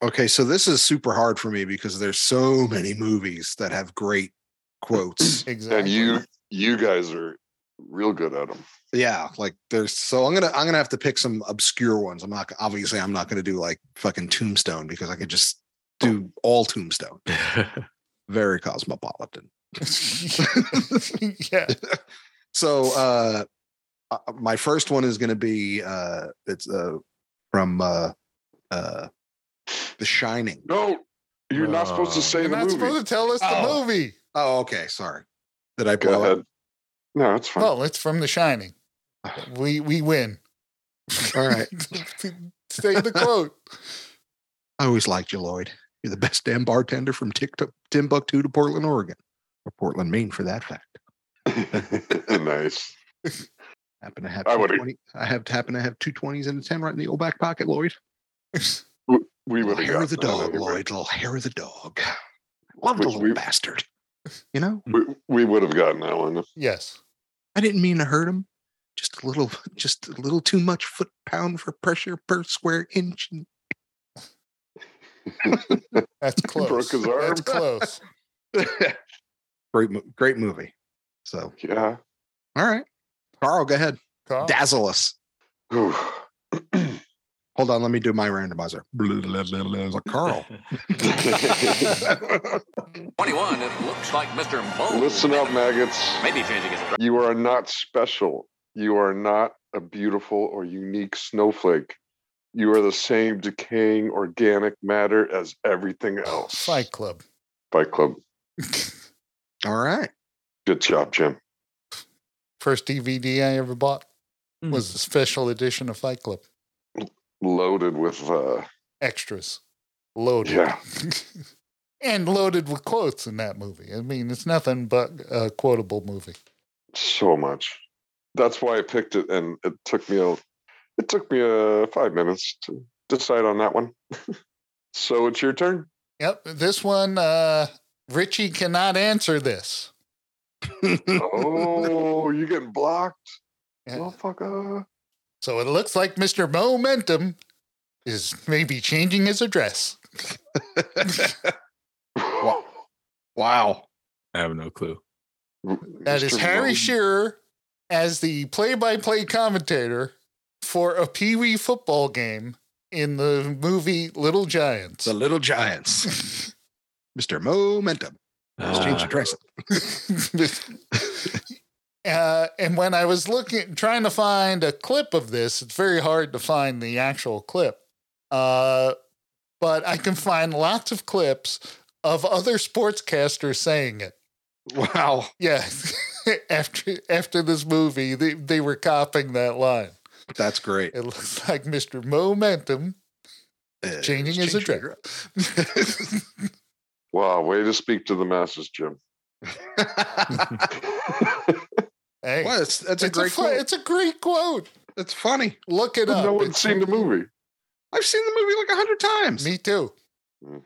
Speaker 1: Okay, so this is super hard for me because there's so many movies that have great quotes.
Speaker 2: Exactly.
Speaker 3: And you, you guys are real good at them.
Speaker 1: yeah, like there's so I'm gonna I'm gonna have to pick some obscure ones. I'm not obviously I'm not gonna do like fucking Tombstone because I could just do all Tombstone. Very cosmopolitan.
Speaker 2: yeah.
Speaker 1: So uh uh, my first one is going to be uh it's uh from uh uh The Shining.
Speaker 3: No, you're not supposed to
Speaker 4: Uh,
Speaker 3: say
Speaker 2: You're
Speaker 3: the
Speaker 2: not supposed
Speaker 3: movie.
Speaker 2: to tell us
Speaker 1: Oh.
Speaker 2: the movie.
Speaker 1: Oh, okay, sorry. Did I
Speaker 3: Go
Speaker 1: blow it?
Speaker 3: ahead. No, it's fine.
Speaker 2: Well, it's from The Shining. We we win.
Speaker 1: All right.
Speaker 2: Say the quote.
Speaker 1: I always liked you, Lloyd. You're the best damn bartender from Tick to, Timbuktu to Portland, Oregon, or Portland, Maine, for that fact.
Speaker 3: nice.
Speaker 1: Happen to have
Speaker 3: I would've-
Speaker 1: 220 I have happen to have two twenties and a ten right in the old back pocket, Lloyd.
Speaker 3: We
Speaker 1: Little
Speaker 3: would have
Speaker 1: hair of the dog,
Speaker 3: anyway.
Speaker 1: Lloyd. Little hair of the dog. Love the
Speaker 3: Which
Speaker 1: little
Speaker 3: we-
Speaker 1: bastard. You know,
Speaker 3: We, we would have gotten that one.
Speaker 2: Yes.
Speaker 1: I didn't mean to hurt him. Just a little, just a little too much foot pound for pressure per square inch. And
Speaker 2: That's
Speaker 3: broke
Speaker 2: close.
Speaker 3: his
Speaker 2: That's close.
Speaker 1: great, mo- great movie. So,
Speaker 3: Yeah.
Speaker 1: all right, Carl, go ahead.
Speaker 2: Carl?
Speaker 1: Dazzle us. Hold on, let me do my randomizer. Carl.
Speaker 6: 21, it looks like Mr. Moe.
Speaker 3: Listen up, maggots.
Speaker 6: Maybe changing his
Speaker 3: You are not special. You are not a beautiful or unique snowflake. You are the same decaying organic matter as everything else.
Speaker 2: Fight Club.
Speaker 3: Fight Club.
Speaker 1: All right.
Speaker 3: Good job, Jim.
Speaker 2: First DVD I ever bought
Speaker 4: Hmm.
Speaker 2: was a special edition of Fight Club.
Speaker 3: Loaded with uh
Speaker 2: Extras. Loaded.
Speaker 3: Yeah.
Speaker 2: and loaded with quotes in that movie. I mean, it's nothing but a quotable movie.
Speaker 3: so much. That's why I picked it and it took me a it took me uh five minutes to decide on that one. so it's your turn.
Speaker 2: Yep. This one, uh, Richie cannot answer this.
Speaker 3: Oh, you getting blocked,
Speaker 2: Yeah.
Speaker 3: motherfucker.
Speaker 2: So it looks like Mr. Momentum is maybe changing his address.
Speaker 1: Wow. Wow.
Speaker 4: I have no clue.
Speaker 2: That is
Speaker 3: Mr.
Speaker 2: Harry
Speaker 3: Mo-
Speaker 2: Shearer as the play by play commentator for a Pee Wee football game in the movie Little Giants.
Speaker 5: The Little Giants.
Speaker 1: Mr. Momentum. Let's change the
Speaker 4: Uh,
Speaker 1: dress.
Speaker 2: Uh, and when I was looking, trying to find a clip of this, it's very hard to find the actual clip. Uh, but I can find lots of clips of other sportscasters saying it.
Speaker 1: Wow.
Speaker 2: Yeah, after after this movie, they, they were copying that line.
Speaker 1: That's great.
Speaker 2: It looks like Mr. Momentum
Speaker 1: Uh,
Speaker 2: changing
Speaker 1: let's
Speaker 2: his
Speaker 1: change the
Speaker 2: address.
Speaker 3: Wow, way to speak to the masses, Jim.
Speaker 1: dress.
Speaker 2: hey,
Speaker 1: well, that's, that's a
Speaker 2: it's, a
Speaker 1: great
Speaker 2: fu-
Speaker 1: quote.
Speaker 2: it's a great quote.
Speaker 1: That's funny.
Speaker 2: Look it up.
Speaker 3: no one's
Speaker 2: It's-
Speaker 3: seen the movie.
Speaker 1: I've seen the movie like a hundred times.
Speaker 2: Me too.
Speaker 3: Mm.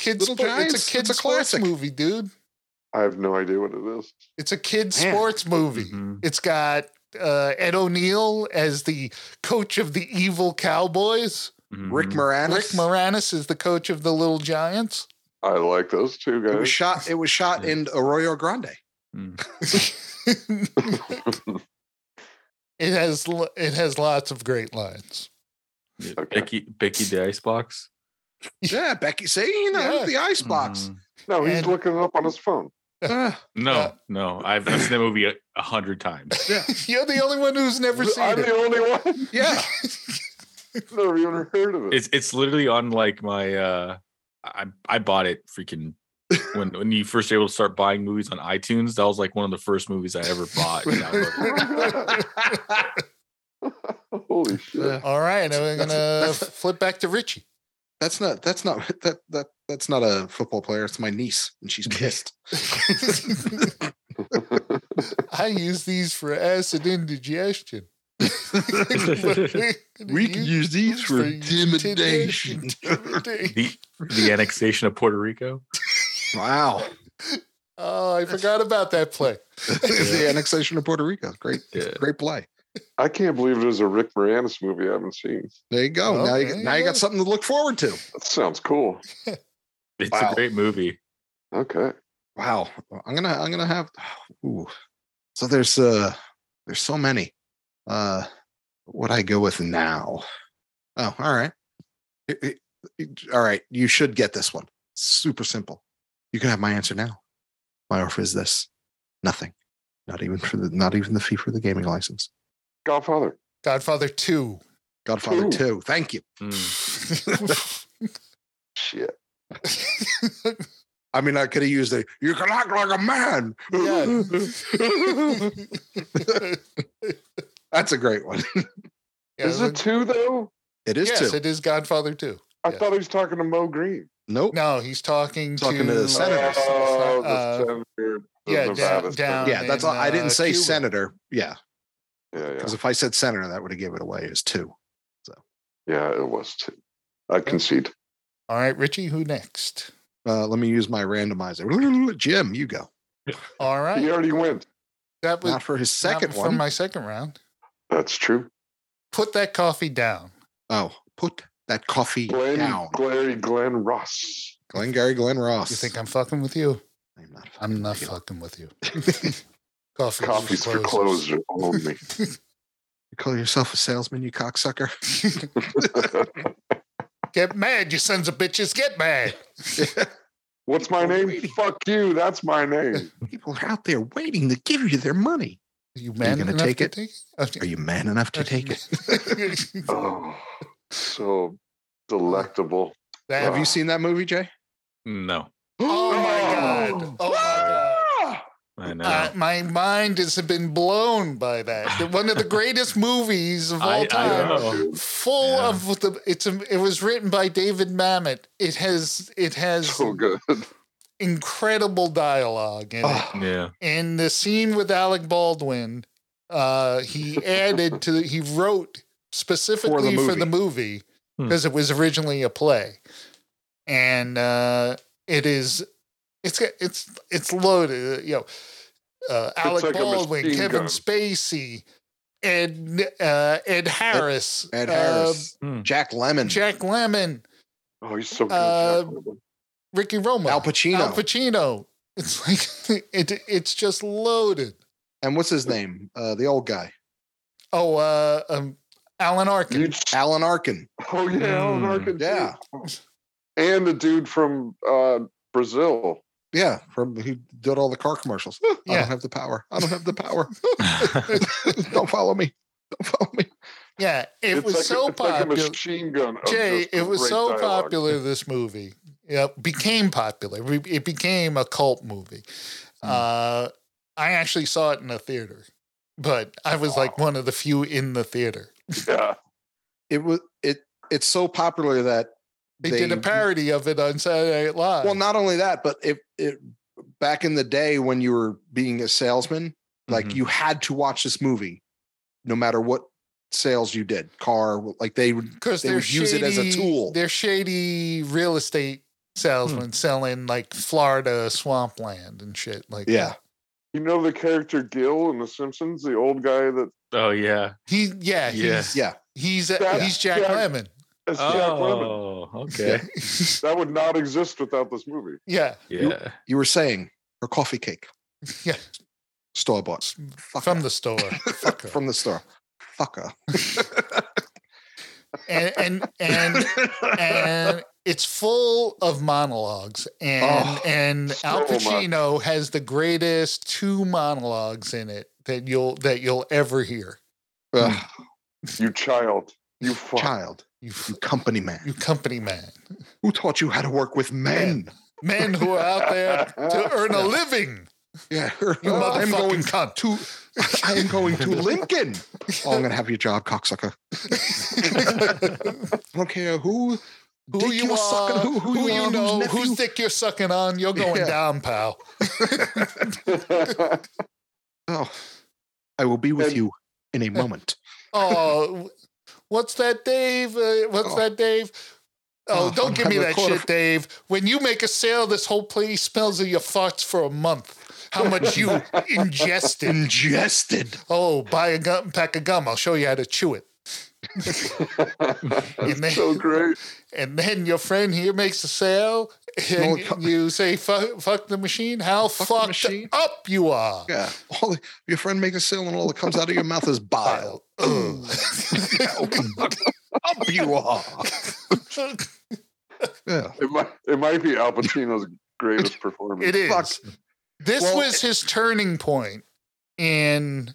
Speaker 2: Kids,
Speaker 1: Little
Speaker 2: spo-
Speaker 1: Giants,
Speaker 2: it's a kids'
Speaker 1: it's a
Speaker 2: sports
Speaker 1: classic.
Speaker 2: movie, dude.
Speaker 3: I have no idea what it is.
Speaker 2: It's a kids'
Speaker 1: Man.
Speaker 2: sports movie.
Speaker 1: Mm-hmm.
Speaker 4: Mhm.
Speaker 2: It's got uh, Ed O'Neill as the coach of the evil Cowboys.
Speaker 1: Rick
Speaker 4: Mhm.
Speaker 1: Moranis.
Speaker 2: Rick Moranis is the coach of the Little Giants.
Speaker 3: I like those two
Speaker 1: It
Speaker 2: Oh,
Speaker 1: was
Speaker 3: guys.
Speaker 1: shot. It was shot in Arroyo Grande.
Speaker 2: It has l- it has lots of great lines.
Speaker 4: Yeah,
Speaker 3: Okay.
Speaker 4: Becky Becky the Icebox.
Speaker 1: Yeah, Becky. See, you know
Speaker 2: Yeah. Mm.
Speaker 1: the icebox.
Speaker 4: Mhm.
Speaker 3: no, he's
Speaker 2: And-
Speaker 3: looking it up on his phone.
Speaker 1: Uh,
Speaker 4: No,
Speaker 2: Yeah.
Speaker 4: no. I've, I've seen that movie a, a hundred times.
Speaker 2: You're the only one who's never seen
Speaker 3: I'm
Speaker 2: it.
Speaker 3: the only one.
Speaker 1: yeah.
Speaker 3: Never even heard of it.
Speaker 4: It's it's literally on like my uh I I bought it freaking when when you first able to start buying movies on iTunes, that was like one of the first movies I ever bought. and downloaded.
Speaker 3: Holy shit.
Speaker 1: Uh,
Speaker 2: All right, I'm
Speaker 1: That's-
Speaker 2: gonna
Speaker 1: that's-
Speaker 2: flip back to Richie.
Speaker 1: that's not. That's not. That that that's not a football player. It's my niece, and she's pissed.
Speaker 2: I use these for acid indigestion.
Speaker 5: use these
Speaker 2: for intimidation.
Speaker 4: the the annexation of Puerto Rico.
Speaker 1: wow.
Speaker 2: oh, I forgot about that play.
Speaker 1: the annexation of Puerto Rico. Great.
Speaker 4: Yeah.
Speaker 1: Great play.
Speaker 3: I can't believe there's a Rick Moranis movie I haven't seen.
Speaker 1: There you go.
Speaker 2: Well,
Speaker 1: now you
Speaker 2: there you
Speaker 1: now you got
Speaker 2: go.
Speaker 1: something to look forward to.
Speaker 3: That sounds cool.
Speaker 4: It's
Speaker 1: Wow.
Speaker 4: a great movie.
Speaker 3: Okay.
Speaker 1: Wow. uh, I'm gonna I'm gonna have. Ooh. So there's uh there's so many. Uh, what I go with now? Oh, all right. It- it- it- all right. You should get this one. Super simple. You can have my answer now. My offer is this: nothing. Not even for the not even the fee for the gaming license.
Speaker 3: Godfather.
Speaker 2: Godfather Two.
Speaker 1: Godfather
Speaker 3: Ooh.
Speaker 1: Two. Thank you.
Speaker 4: Mm.
Speaker 3: Shit.
Speaker 1: I mean, I could have used a "You can act like a man." That's a great one.
Speaker 3: is it two though?
Speaker 1: It is
Speaker 2: yes,
Speaker 1: two.
Speaker 2: it is Godfather Two.
Speaker 3: I
Speaker 2: Yeah.
Speaker 3: thought he was talking to Mo Green.
Speaker 1: nope.
Speaker 2: No, he's talking,
Speaker 1: Talking to the senators.
Speaker 3: Oh, the
Speaker 2: Uh,
Speaker 3: senator. the
Speaker 2: yeah,
Speaker 3: Nevada
Speaker 2: down,
Speaker 3: senator.
Speaker 2: down
Speaker 1: yeah, that's
Speaker 2: in,
Speaker 1: all. I
Speaker 2: uh,
Speaker 1: didn't say
Speaker 2: Cuba.
Speaker 1: senator. Yeah,
Speaker 3: Yeah,
Speaker 1: because if I said senator, that would have given it away as two.
Speaker 3: yeah. Yeah, it was two. I concede.
Speaker 2: All right, Richie, who next?
Speaker 1: Uh, let me use my randomizer. Jim, you go.
Speaker 2: All right,
Speaker 3: He already went.
Speaker 2: that was
Speaker 1: Not for his
Speaker 2: not
Speaker 1: second
Speaker 2: for
Speaker 1: one.
Speaker 2: my second round.
Speaker 3: That's true.
Speaker 2: Put that coffee down.
Speaker 1: oh, put that coffee
Speaker 3: Glenn,
Speaker 1: down.
Speaker 3: Glary, Glenn Ross.
Speaker 1: Glenn Gary, Glenn Ross.
Speaker 2: You think I'm fucking with you?
Speaker 1: I'm not.
Speaker 2: I'm not
Speaker 1: fucking
Speaker 2: fucking with you. Coffee
Speaker 3: Coffees for closers only.
Speaker 1: You call yourself a salesman, you cocksucker.
Speaker 2: Get mad, you sons of bitches. Get mad.
Speaker 3: What's my name? Fuck you. That's my name.
Speaker 1: People are out there waiting to give you their money.
Speaker 2: Are you man
Speaker 1: gonna
Speaker 2: enough
Speaker 1: take
Speaker 2: to
Speaker 1: it? Are you man enough to take it?
Speaker 3: Oh, so delectable.
Speaker 2: That-
Speaker 1: Have you seen that movie, Jay?
Speaker 4: No,
Speaker 2: oh my god. Oh my god.
Speaker 4: I know.
Speaker 2: Uh, my mind has been blown by that. One of the greatest movies of all
Speaker 4: I, I
Speaker 2: time.
Speaker 4: know.
Speaker 2: full
Speaker 4: Yeah.
Speaker 2: of the it's a, it was written by David Mamet. It has it has
Speaker 3: So good. Oh,
Speaker 2: incredible dialogue in it.
Speaker 4: Yeah.
Speaker 2: And the scene with Alec Baldwin, uh, he added to he wrote specifically for
Speaker 1: movie.
Speaker 2: the movie
Speaker 4: Hmm.
Speaker 2: because it was originally a play, and uh, it is it's got- it's it's loaded. You know, uh, Alec
Speaker 3: like a
Speaker 2: Baldwin,
Speaker 3: machine
Speaker 2: Kevin
Speaker 3: gun.
Speaker 2: Spacey, Ed uh, Ed Harris,
Speaker 1: Ed
Speaker 2: uh,
Speaker 1: Harris,
Speaker 4: Hmm.
Speaker 1: Jack Lemon,
Speaker 2: Jack Lemmon,
Speaker 3: Oh, he's so good.
Speaker 2: Uh,
Speaker 3: Jack Lemmon.
Speaker 2: Ricky Roma,
Speaker 1: Al Pacino,
Speaker 2: Al Pacino. It's like it it's just loaded.
Speaker 1: and what's his name? Uh, the old guy,
Speaker 2: Oh, uh, um, Alan Arkin.
Speaker 3: You-
Speaker 1: Alan Arkin.
Speaker 3: oh yeah,
Speaker 2: Hmm.
Speaker 3: Alan
Speaker 4: Mm.
Speaker 3: Arkin. too.
Speaker 1: Yeah.
Speaker 3: And the dude from uh, Brazil.
Speaker 1: Yeah, from who did all the car commercials. I
Speaker 2: Yeah.
Speaker 1: don't have the power. I don't have the power. don't follow me. Don't follow me.
Speaker 2: yeah, it
Speaker 3: It's
Speaker 2: was
Speaker 3: like a-
Speaker 2: so
Speaker 3: it's like a
Speaker 2: popular.
Speaker 3: machine gun. of
Speaker 2: Jay,
Speaker 3: just
Speaker 2: it was
Speaker 3: great
Speaker 2: so
Speaker 3: dialogue.
Speaker 2: popular. This movie, yeah, became popular. Re- It became a cult movie. Uh, I actually saw it in a theater, but I was like one of the few in the theater.
Speaker 3: Yeah.
Speaker 1: It was it. It's so popular that
Speaker 2: They, did a parody of it on Saturday Night Live.
Speaker 1: Well, not only that, but it it back in the day when you were being a salesman, like
Speaker 4: Mhm.
Speaker 1: you had to watch this movie, no matter what sales you did, car. Like they would.
Speaker 2: because
Speaker 1: They
Speaker 2: are
Speaker 1: would use it as a tool.
Speaker 2: They're shady real estate salesmen selling like Florida swampland and shit like
Speaker 1: Yeah.
Speaker 2: that.
Speaker 3: You know the character Gil in The Simpsons, the old guy that
Speaker 4: Oh yeah.
Speaker 2: He
Speaker 4: Yeah.
Speaker 2: yeah, he's
Speaker 1: Yeah.
Speaker 2: he's uh,
Speaker 3: That-
Speaker 2: he's Jack
Speaker 3: Jack-
Speaker 2: Lemmon.
Speaker 3: as Jack Lemmon.
Speaker 4: Oh, okay.
Speaker 3: That would not exist without this movie.
Speaker 2: Yeah.
Speaker 4: Yeah.
Speaker 1: You were saying her coffee cake.
Speaker 2: Yeah.
Speaker 1: Store bought
Speaker 2: From the store. Fuck her.
Speaker 1: from the store. Fucker.
Speaker 2: and and and and it's full of monologues and
Speaker 1: Oh,
Speaker 2: and Al
Speaker 3: so much.
Speaker 2: Pacino has the greatest two monologues in it that you'll that you'll ever hear.
Speaker 1: Ugh,
Speaker 3: You child. You fuck.
Speaker 1: child,
Speaker 2: You
Speaker 1: you company man.
Speaker 2: you company man.
Speaker 1: Who taught you how to work with men?
Speaker 2: Men who are out there to earn a living.
Speaker 1: Yeah,
Speaker 2: You
Speaker 1: I am
Speaker 2: motherfucking
Speaker 1: Oh, going
Speaker 2: cunt.
Speaker 1: to. I am going to Lincoln. Oh, I'm gonna have your job, cocksucker. I don't care who.
Speaker 2: who
Speaker 1: dick
Speaker 2: you
Speaker 1: you're
Speaker 2: are,
Speaker 1: sucking,
Speaker 2: who,
Speaker 1: who you
Speaker 2: you,
Speaker 1: are, whose
Speaker 2: know,
Speaker 1: nephew-
Speaker 2: whose dick you're sucking on, you're going
Speaker 1: Yeah.
Speaker 2: down, pal.
Speaker 1: Oh, I will be with
Speaker 3: And-
Speaker 1: you in a moment.
Speaker 2: Oh, what's that, Dave? Uh, what's
Speaker 1: Oh.
Speaker 2: that, Dave? Oh,
Speaker 1: Oh,
Speaker 2: don't
Speaker 1: I'm
Speaker 2: give me
Speaker 1: having a
Speaker 2: that
Speaker 1: quarter
Speaker 2: shit, Dave. When you make a sale, this whole place smells of your farts for a month. How much you ingested.
Speaker 1: Ingested.
Speaker 2: Oh, buy a gum, pack of gum. I'll show you how to chew it. And then,
Speaker 3: so great.
Speaker 2: and then your friend here makes a sale,
Speaker 1: No,
Speaker 2: and
Speaker 1: it-
Speaker 2: you say, fuck, fuck the machine. How
Speaker 1: Fuck the
Speaker 2: fucked
Speaker 1: machine.
Speaker 2: up you are.
Speaker 1: Yeah. All the, your friend makes a sale, and all that comes out of your mouth is bile.
Speaker 2: Ugh.
Speaker 1: Up you are. Yeah.
Speaker 3: It might, it might be Al Pacino's greatest performance.
Speaker 2: it is.
Speaker 1: Fuck.
Speaker 2: This
Speaker 1: Well,
Speaker 2: was his turning point. And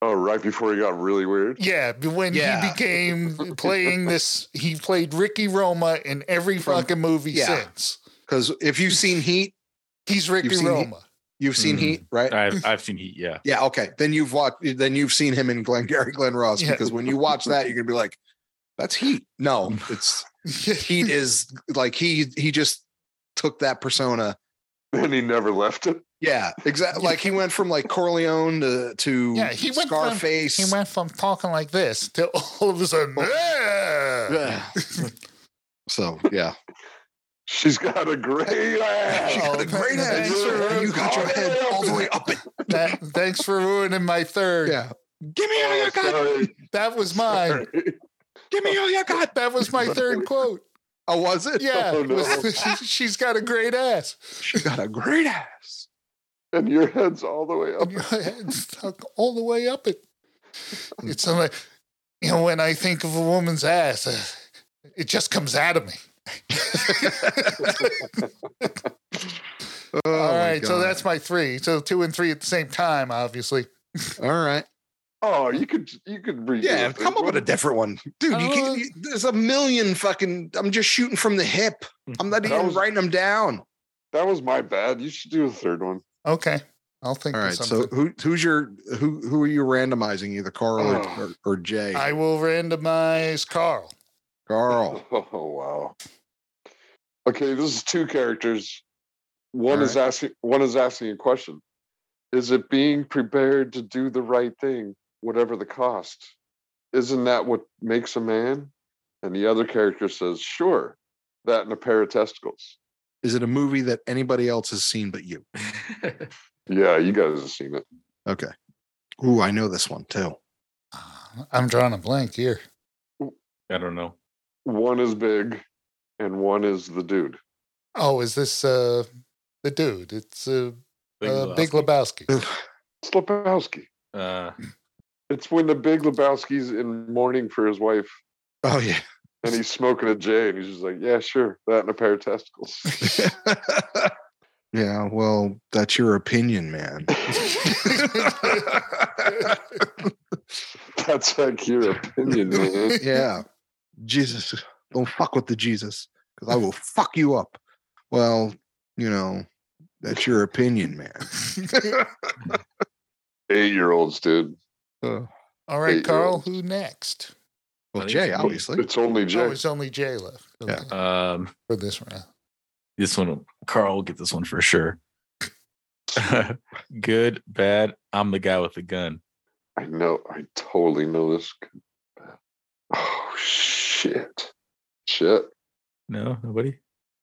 Speaker 3: Oh, right before he got really weird.
Speaker 2: yeah, b- when he
Speaker 1: Yeah.
Speaker 2: became playing this, he played Ricky Roma in every
Speaker 1: From-
Speaker 2: fucking movie
Speaker 1: yeah.
Speaker 2: since.
Speaker 1: Because if you've seen Heat,
Speaker 2: He's Ricky
Speaker 1: seen
Speaker 2: Roma.
Speaker 1: you've seen
Speaker 4: Mhm.
Speaker 1: Heat, right?
Speaker 4: I've I've seen Heat. Yeah.
Speaker 1: Yeah, okay. Then you've watched then you've seen him in Glenn Gary Glenn Ross
Speaker 2: Yeah.
Speaker 1: because when you watch that, you're gonna be like, that's heat. No, it's heat is like he he just took that persona.
Speaker 3: And he never left it.
Speaker 1: Yeah, exactly. Like he went from like Corleone to to
Speaker 2: Yeah, he went from-
Speaker 1: Scarface.
Speaker 2: he went from talking like this to all of a sudden.
Speaker 1: Oh.
Speaker 2: "Yeah."
Speaker 1: Yeah. so yeah.
Speaker 3: She's got a great ass.
Speaker 1: She got a great
Speaker 2: man.
Speaker 1: head, sir, and you got your head all the way up it.
Speaker 2: That- thanks for ruining my third.
Speaker 1: Yeah. Give me all
Speaker 3: Oh,
Speaker 1: you got.
Speaker 3: sorry.
Speaker 2: That was mine.
Speaker 1: Give me all you got.
Speaker 2: That was my third quote.
Speaker 1: Oh, was it?
Speaker 2: Yeah,
Speaker 3: Oh,
Speaker 2: it was- she's got a great ass.
Speaker 1: She got a great ass.
Speaker 3: and your head's all the way up.
Speaker 2: and your head stuck all the way up it. It's like, you know, when I think of a woman's ass, uh, it just comes out of me.
Speaker 1: Oh,
Speaker 2: all
Speaker 1: my
Speaker 2: right, so
Speaker 1: God.
Speaker 2: that's my three. So two and three at the same time, obviously.
Speaker 1: all right.
Speaker 3: Oh, you could you could redo
Speaker 5: Yeah,
Speaker 3: it.
Speaker 5: come up with a different one, dude. You
Speaker 2: Uh,
Speaker 5: can't. You, there's a million fucking. I'm just shooting from the hip. I'm not
Speaker 3: That
Speaker 5: even
Speaker 3: was-
Speaker 5: writing them down.
Speaker 3: That was my bad. You should do a third one.
Speaker 2: Okay, I'll think
Speaker 1: All
Speaker 2: of
Speaker 1: right. So
Speaker 2: something.
Speaker 1: who who's your who who are you randomizing? Either Carl or,
Speaker 3: Oh.
Speaker 1: or, or Jay?
Speaker 2: I will randomize Carl.
Speaker 1: Carl.
Speaker 3: Oh wow. Okay, this is two characters. One
Speaker 1: All
Speaker 3: is asking one is asking a question. Is it being prepared to do the right thing, whatever the cost? Isn't that what makes a man? And the other character says, sure, that and a pair of testicles.
Speaker 1: Is it a movie that anybody else has seen but you?
Speaker 3: Yeah, you guys have seen it.
Speaker 1: Okay. Ooh, I know this one too.
Speaker 2: Ah, I'm drawing a blank here.
Speaker 4: I don't know.
Speaker 3: One is big and one is the dude.
Speaker 2: Oh, is this uh the dude? It's uh,
Speaker 4: Big
Speaker 2: uh,
Speaker 4: Lebowski.
Speaker 2: Big Lebowski.
Speaker 3: It's Lebowski.
Speaker 4: Uh,
Speaker 3: It's when the big Lebowski's in mourning for his wife
Speaker 1: Oh yeah.
Speaker 3: and he's smoking a J and he's just like, yeah, sure, that and a pair of testicles.
Speaker 1: Yeah, well, that's your opinion, man.
Speaker 3: That's like your opinion, man.
Speaker 1: yeah. Jesus, don't fuck with the Jesus because I will fuck you up. Well, you know, that's your opinion, man.
Speaker 3: Eight year olds, dude.
Speaker 1: Uh,
Speaker 2: All right,
Speaker 3: Eight-year-old.
Speaker 2: Carl. Who next?
Speaker 1: well, Jay, obviously.
Speaker 3: It's only
Speaker 2: Oh,
Speaker 3: Jay.
Speaker 2: it's only Jay left.
Speaker 1: Yeah.
Speaker 2: Okay,
Speaker 4: um,
Speaker 2: For this round.
Speaker 4: this one, Carl will get this one for sure. Good, bad. I'm the guy with the gun.
Speaker 3: I know. I totally know this. Oh, shit. Shit.
Speaker 4: No, nobody,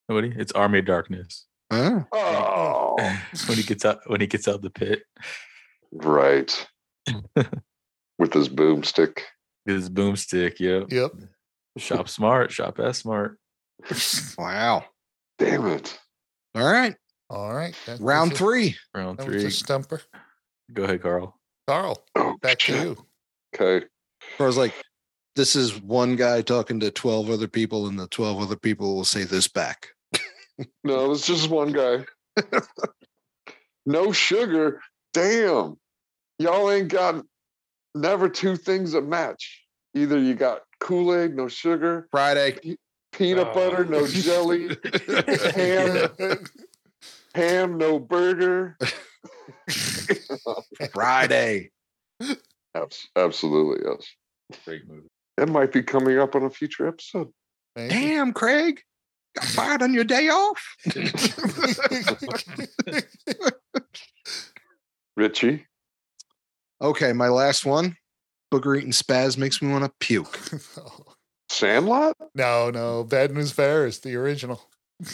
Speaker 4: nobody. It's Army of Darkness.
Speaker 1: Huh?
Speaker 3: Oh,
Speaker 4: when he gets out, when he gets out of the pit,
Speaker 3: right. With his boomstick.
Speaker 4: with his boomstick. Yep.
Speaker 2: Yep.
Speaker 4: Shop smart. Shop as smart.
Speaker 1: Wow.
Speaker 3: Damn it.
Speaker 1: All right.
Speaker 2: All right. that
Speaker 1: Round
Speaker 2: was a-
Speaker 1: three.
Speaker 4: Round
Speaker 2: That was
Speaker 4: three.
Speaker 2: a stumper.
Speaker 4: Go ahead, Carl.
Speaker 2: Carl,
Speaker 3: Oh,
Speaker 2: back to
Speaker 3: shit.
Speaker 2: you.
Speaker 3: Okay.
Speaker 5: I was like, this is one guy talking to 12 other people, and the 12 other people will say this back.
Speaker 3: No, it's just one guy. no sugar. Damn. Y'all ain't got never two things that match. Either you got Kool Aid, no sugar,
Speaker 5: Friday.
Speaker 3: peanut
Speaker 4: Oh.
Speaker 3: butter, no jelly, ham, ham, no burger.
Speaker 5: Friday.
Speaker 3: Abs- absolutely, yes.
Speaker 4: Great movie.
Speaker 3: That might be coming up on a future episode.
Speaker 2: Thank you.
Speaker 1: Damn, Craig. Got fired on your day off.
Speaker 3: Richie,
Speaker 1: Okay, my last one. Booger eating spaz makes me want to puke.
Speaker 3: Sandlot?
Speaker 2: no, no. Bad News Bears, the original.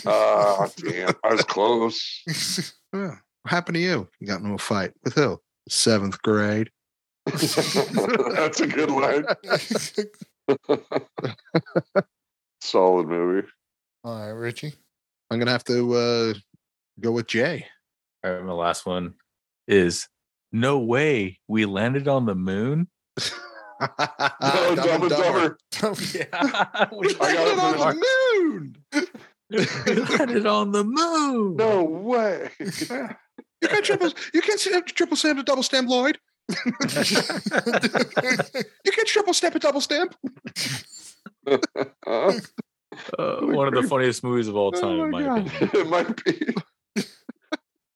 Speaker 3: Ah, damn. I was close.
Speaker 1: Yeah. What happened to you? You got into a fight with who? Seventh grade.
Speaker 3: That's a good line. Solid movie.
Speaker 2: All right, Richie.
Speaker 1: I'm gonna have to uh, go with Jay.
Speaker 4: All right, my last one is no way we landed on the moon.
Speaker 3: No,
Speaker 1: Ah, Dumb and Dumber.
Speaker 4: Yeah, we
Speaker 3: I got
Speaker 1: Landed on
Speaker 3: it for
Speaker 1: the moon.
Speaker 4: we landed on the moon.
Speaker 3: No way.
Speaker 1: You
Speaker 3: Uh,
Speaker 1: can triple. You can not triple stamp a double stamp, Lloyd. you can triple stamp a double stamp.
Speaker 3: Huh?
Speaker 4: Uh, one of the funniest movies of all
Speaker 1: Oh
Speaker 4: time, in
Speaker 1: my
Speaker 4: my
Speaker 1: God.
Speaker 4: opinion.
Speaker 3: it might be.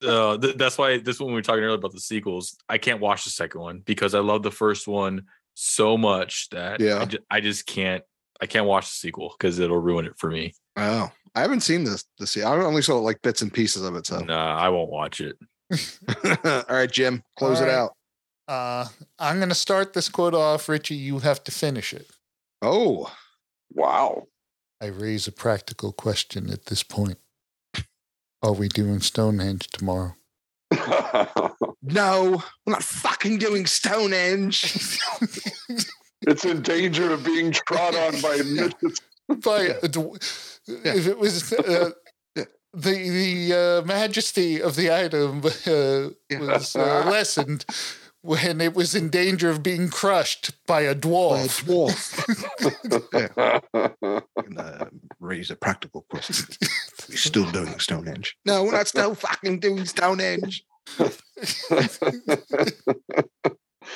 Speaker 4: Uh, th- that's why this one we were talking earlier about the sequels. I can't watch the second one because I love the first one so much that
Speaker 1: Yeah.
Speaker 4: I, ju- I just can't. I can't watch the sequel because it'll ruin it for me.
Speaker 1: Oh, I haven't seen this. This year. I only saw like bits and pieces of it. So,
Speaker 4: Nah, I won't watch it.
Speaker 1: all right, Jim, close
Speaker 2: All
Speaker 1: it
Speaker 2: right.
Speaker 1: out.
Speaker 2: Uh, I'm going to start this quote off. Richie, you have to finish it.
Speaker 1: Oh,
Speaker 3: Wow.
Speaker 2: I raise a practical question at this point. Are we doing Stonehenge tomorrow?
Speaker 1: no, we're not fucking doing Stonehenge.
Speaker 3: it's in danger of being trod on by midgets.
Speaker 2: By, If it was uh, the the uh, majesty of the item uh, was uh, lessened when it was in danger of being crushed by
Speaker 5: By
Speaker 2: a
Speaker 5: a
Speaker 2: dwarf.
Speaker 5: dwarf.
Speaker 3: yeah,
Speaker 5: And, uh, raise a practical question. We're still doing Stonehenge.
Speaker 1: No, we're not still fucking doing Stonehenge.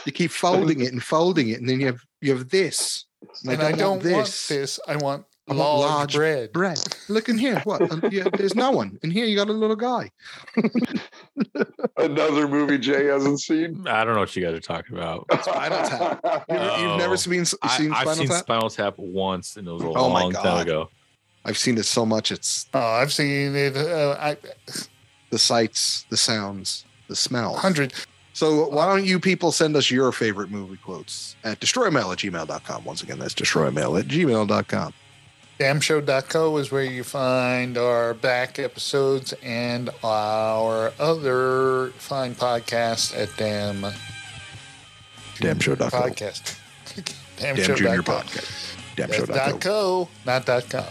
Speaker 5: You keep folding it and folding it, and then you have you have this.
Speaker 2: and I don't want this. I want
Speaker 5: I want
Speaker 2: large,
Speaker 5: large
Speaker 2: bread.
Speaker 5: Brad, look in here. What? Um, yeah, there's no one. And here you got a little guy.
Speaker 3: Another movie Jay hasn't seen.
Speaker 4: I don't know what you guys are talking about.
Speaker 1: Spinal Tap. You ever- You've,
Speaker 4: Oh.
Speaker 1: never seen, seen
Speaker 4: I,
Speaker 1: Spinal
Speaker 4: I've seen
Speaker 1: Tap?
Speaker 4: Spinal Tap once, and it was a
Speaker 1: Oh my
Speaker 4: long time
Speaker 1: God.
Speaker 4: ago.
Speaker 1: I've seen it so much. It's
Speaker 2: Oh, I've seen it uh, I,
Speaker 1: the sights, the sounds, the smells.
Speaker 2: hundred.
Speaker 1: So why don't you people send us your favorite movie quotes at destroymail at gmail.com. Once again, that's destroymail at gmail.com.
Speaker 2: Damshow.co is where you find our back episodes and our other fine podcast at Damn
Speaker 1: Damshow.com.
Speaker 2: Podcast.
Speaker 1: Damn Junior
Speaker 2: Damshow.co.
Speaker 1: Podcast.
Speaker 2: That's dot
Speaker 1: Damshow.com.
Speaker 2: co, not dot com.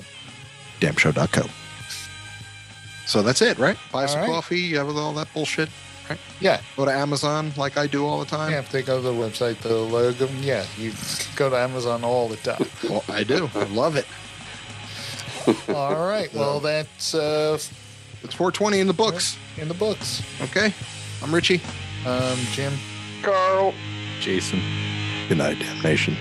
Speaker 1: Damshow.com. So that's it, right? Buy
Speaker 2: All
Speaker 1: some
Speaker 2: right.
Speaker 1: coffee, you have all that bullshit. Right?
Speaker 2: Yeah.
Speaker 1: Go to Amazon like I do all the time.
Speaker 2: Yeah, if they go to the website, the logo, yeah, you go to Amazon all the time.
Speaker 1: Well, I do. I love it.
Speaker 2: all right, well, that's uh,
Speaker 1: It's 420 in the books.
Speaker 2: in the books.
Speaker 1: Okay. I'm Richie.
Speaker 2: Um, Jim,
Speaker 3: Carl.
Speaker 4: Jason.
Speaker 1: Good night, damnation.